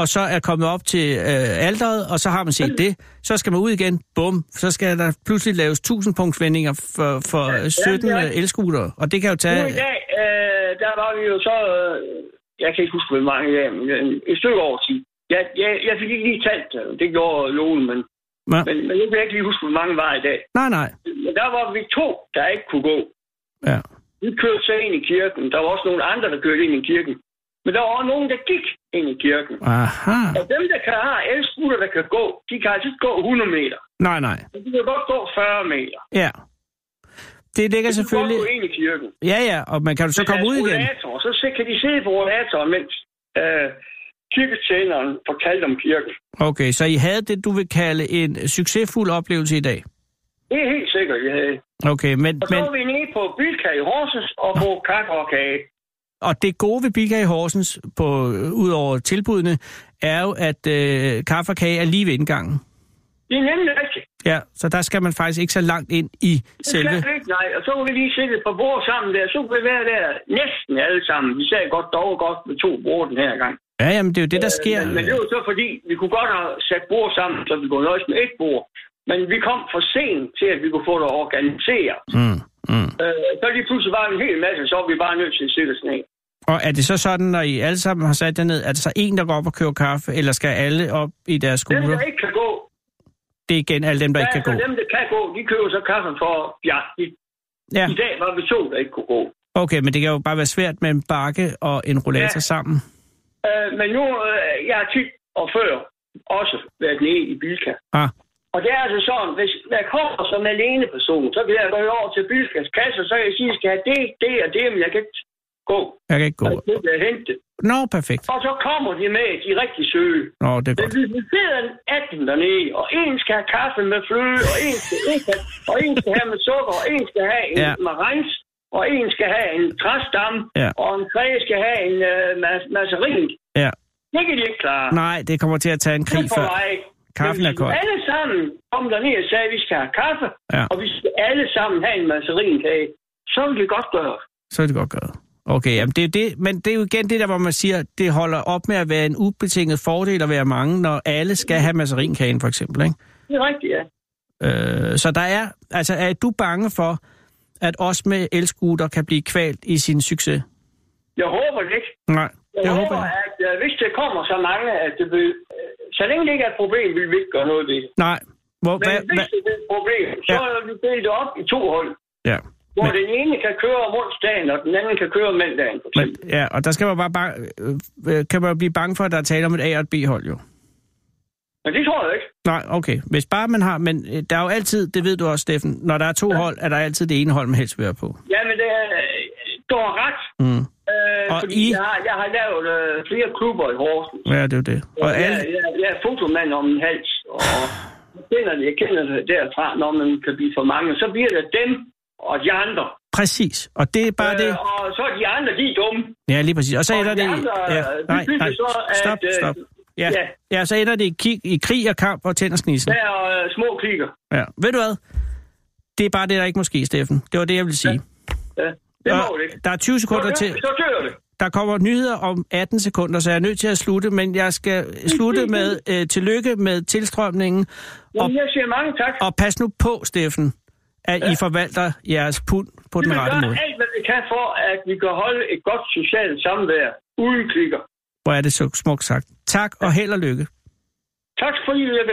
Speaker 3: og så er kommet op til øh, alderet, og så har man set det, så skal man ud igen, bum, så skal der pludselig laves 1000 punktsvendinger for, for 17 øh, elskuter, og det kan jo
Speaker 10: Nu
Speaker 3: tage...
Speaker 10: i dag, øh, der var vi jo så... Øh, jeg kan ikke huske, hvor mange dage, men øh, et stykke over 10. Jeg, jeg, jeg fik ikke lige talt, øh, det gjorde Lone, men,
Speaker 3: Ja.
Speaker 10: men, men jeg kan ikke lige huske, hvor mange var i dag.
Speaker 3: Nej, nej,
Speaker 10: Men der var vi to, der ikke kunne gå.
Speaker 3: ja.
Speaker 10: Vi kørte så ind i kirken. Der var også nogle andre, der kørte ind i kirken. Men der var også nogen, der gik ind i kirken.
Speaker 3: Aha.
Speaker 10: Og dem, der kan have elskrutter, der kan gå, de kan altså ikke gå 100 meter.
Speaker 3: Nej, nej.
Speaker 10: Men De kan godt gå 40 meter.
Speaker 3: Ja. Det ligger
Speaker 10: De kan godt
Speaker 3: selvfølgelig...
Speaker 10: gå ind i kirken.
Speaker 3: Ja, ja, og man kan jo så komme ud igen.
Speaker 10: Rollator, så se- kan de sidde på rollatoren, mens øh, kirketjeneren fortalte om kirken.
Speaker 3: Okay, så I havde det, du vil kalde en succesfuld oplevelse i dag.
Speaker 10: Det er helt sikkert, jeg havde.
Speaker 3: Okay, men,
Speaker 10: Og så
Speaker 3: men
Speaker 10: var vi nede på Bilka i Horsens og på kaffe og kage.
Speaker 3: og det gode ved Bilka i Horsens, på, øh, ud over tilbudene, er jo, at øh, kaffe og kage er lige ved indgangen.
Speaker 10: Det er nemlig rigtigt.
Speaker 3: Ja, så der skal man faktisk ikke så langt ind i
Speaker 10: Det skal
Speaker 3: selve...
Speaker 10: vi ikke, nej. Og så kunne vi lige sidde på bord sammen der. Så kunne vi være der næsten alle sammen. Vi sagde godt dog godt med to bord den her gang.
Speaker 3: Ja, jamen det er jo det, der sker.
Speaker 10: Øh, Men, men det var så fordi, vi kunne godt have sat bord sammen, så vi kunne nøjes med et bord. Men vi kom for sent til, at vi kunne få det organiseret.
Speaker 3: Mm, mm.
Speaker 10: Øh, så lige pludselig var en hel masse, så var vi bare nødt til at sætte os ned.
Speaker 3: Og er det så sådan, når I alle sammen har sat jer ned, er det så en, der går op og køber kaffe, eller skal alle op i deres
Speaker 10: Dem,
Speaker 3: skuler?
Speaker 10: der ikke kan gå,
Speaker 3: Det er igen alle dem, der
Speaker 10: der
Speaker 3: ikke kan
Speaker 10: altså,
Speaker 3: gå.
Speaker 10: dem, der kan gå, de køber så kaffen for ja, i,
Speaker 3: Ja,
Speaker 10: I dag var vi to, der ikke kunne gå.
Speaker 3: okay, men det kan jo bare være svært med en bakke og en rollator
Speaker 10: Ja.
Speaker 3: sammen.
Speaker 10: Øh, men nu, øh, jeg har tit og før også været nede i Bilka.
Speaker 3: Ah,
Speaker 10: Og det er altså sådan, hvis jeg kommer som alene person, så kan jeg gå over til Bilkas kasse, så kan jeg sige, at jeg skal have det, det og det, men jeg kan ikke gå.
Speaker 3: jeg kan ikke gå.
Speaker 10: Og så kan jeg hente det.
Speaker 3: Nå, perfekt.
Speaker 10: Og så kommer de med, de rigtig søge.
Speaker 3: Nå, det er
Speaker 10: Men
Speaker 3: godt.
Speaker 10: vi sidder 18 dernede, og en skal have kaffe med fløde, og en skal, ikke have, og en skal have med sukker, og en skal have en
Speaker 3: Ja.
Speaker 10: ja. marins, og en skal have en træstamme,
Speaker 3: Ja.
Speaker 10: og en tredje skal have en øh, mas- masserin.
Speaker 3: Ja.
Speaker 10: Det kan de ikke klare.
Speaker 3: Nej, det kommer til at tage en
Speaker 10: Det
Speaker 3: krig
Speaker 10: får
Speaker 3: før.
Speaker 10: jeg ikke.
Speaker 3: Kaffen
Speaker 10: Men
Speaker 3: er kold.
Speaker 10: Alle sammen kom derned og sagde, at vi skal have kaffe,
Speaker 3: Ja.
Speaker 10: og vi skal alle sammen have en masserinkage. Så vil det godt gøre.
Speaker 3: Så er det godt gået. Okay, jamen det er det, men det er jo igen det der, hvor man siger, det holder op med at være en ubetinget fordel at være mange, når alle skal have masserinkagen for eksempel. Ikke?
Speaker 10: Det er rigtigt, ja.
Speaker 3: Øh, så der er, altså er du bange for, at os med elskuter kan blive kvalt i sin succes?
Speaker 10: Jeg håber det ikke.
Speaker 3: Nej,
Speaker 10: Jeg,
Speaker 3: det
Speaker 10: håber,
Speaker 3: håber jeg.
Speaker 10: at øh, hvis der kommer så mange, at det vil... øh, Så længe det ikke er et problem, vil vi ikke gøre noget ved det.
Speaker 3: Nej, hvor,
Speaker 10: Men
Speaker 3: hvad,
Speaker 10: hvis
Speaker 3: hvad,
Speaker 10: det er et problem, så
Speaker 3: Ja.
Speaker 10: er vi delt op i to hold.
Speaker 3: ja.
Speaker 10: Hvor
Speaker 3: Men-
Speaker 10: den ene kan køre om onsdagen, og den anden kan køre om mandagen, for
Speaker 3: Men,
Speaker 10: eksempel.
Speaker 3: ja, og der skal man bare, bare øh, øh, kan man jo blive bange for, at der er tale om et A- og et B-hold jo.
Speaker 10: Men, det tror jeg ikke.
Speaker 3: Nej, okay. Hvis bare man har, men øh, der er jo altid, det ved du også, Steffen, når der er to hold, er der altid det ene hold, man helst vil være på.
Speaker 10: Jamen, det er... øh, Du har ret.
Speaker 3: Mm.
Speaker 10: Øh,
Speaker 3: Og
Speaker 10: fordi
Speaker 3: I-
Speaker 10: jeg, har, jeg har lavet øh, flere klubber i Horsens.
Speaker 3: Ja, det er jo det. Og
Speaker 10: jeg,
Speaker 3: alle,
Speaker 10: jeg, jeg er fotomand om en hals, og jeg kender det, jeg kender det derfra, når man kan blive for mange. Så bliver det dem og de andre.
Speaker 3: præcis. Og det er bare det.
Speaker 10: Øh, og så er de andre, de er dumme.
Speaker 3: Ja, lige præcis. Og så
Speaker 10: og
Speaker 3: ender
Speaker 10: de
Speaker 3: det...
Speaker 10: andre,
Speaker 3: Ja,
Speaker 10: øh, de
Speaker 3: nej,
Speaker 10: synes
Speaker 3: nej.
Speaker 10: jo så, at,
Speaker 3: Stop,
Speaker 10: øh,
Speaker 3: stop. Ja,
Speaker 10: ja.
Speaker 3: ja så ender det i, kig, i krig og kamp og tændersknisen.
Speaker 10: Der er øh, små klikker.
Speaker 3: Ja. Ved du hvad? Det er bare det, der ikke må ske, Steffen. Det var det, jeg ville sige.
Speaker 10: Ja, det må
Speaker 3: Og
Speaker 10: det ikke.
Speaker 3: Der er 20 sekunder
Speaker 10: så,
Speaker 3: til.
Speaker 10: Så dør det.
Speaker 3: Der kommer nyheder om 18 sekunder, så jeg er nødt til at slutte, men jeg skal slutte med øh, tillykke med tilstrømningen. Og,
Speaker 10: Jamen, jeg siger mange tak.
Speaker 3: og pas nu på, Steffen, at I forvalter jeres pund på
Speaker 10: Vi
Speaker 3: den
Speaker 10: vil
Speaker 3: rette
Speaker 10: gøre
Speaker 3: måde.
Speaker 10: alt, hvad vi kan for, at vi kan holde et godt socialt samvær uden klikker.
Speaker 3: Hvor er det så smukt sagt. Tak og held og lykke.
Speaker 10: Tak fordi I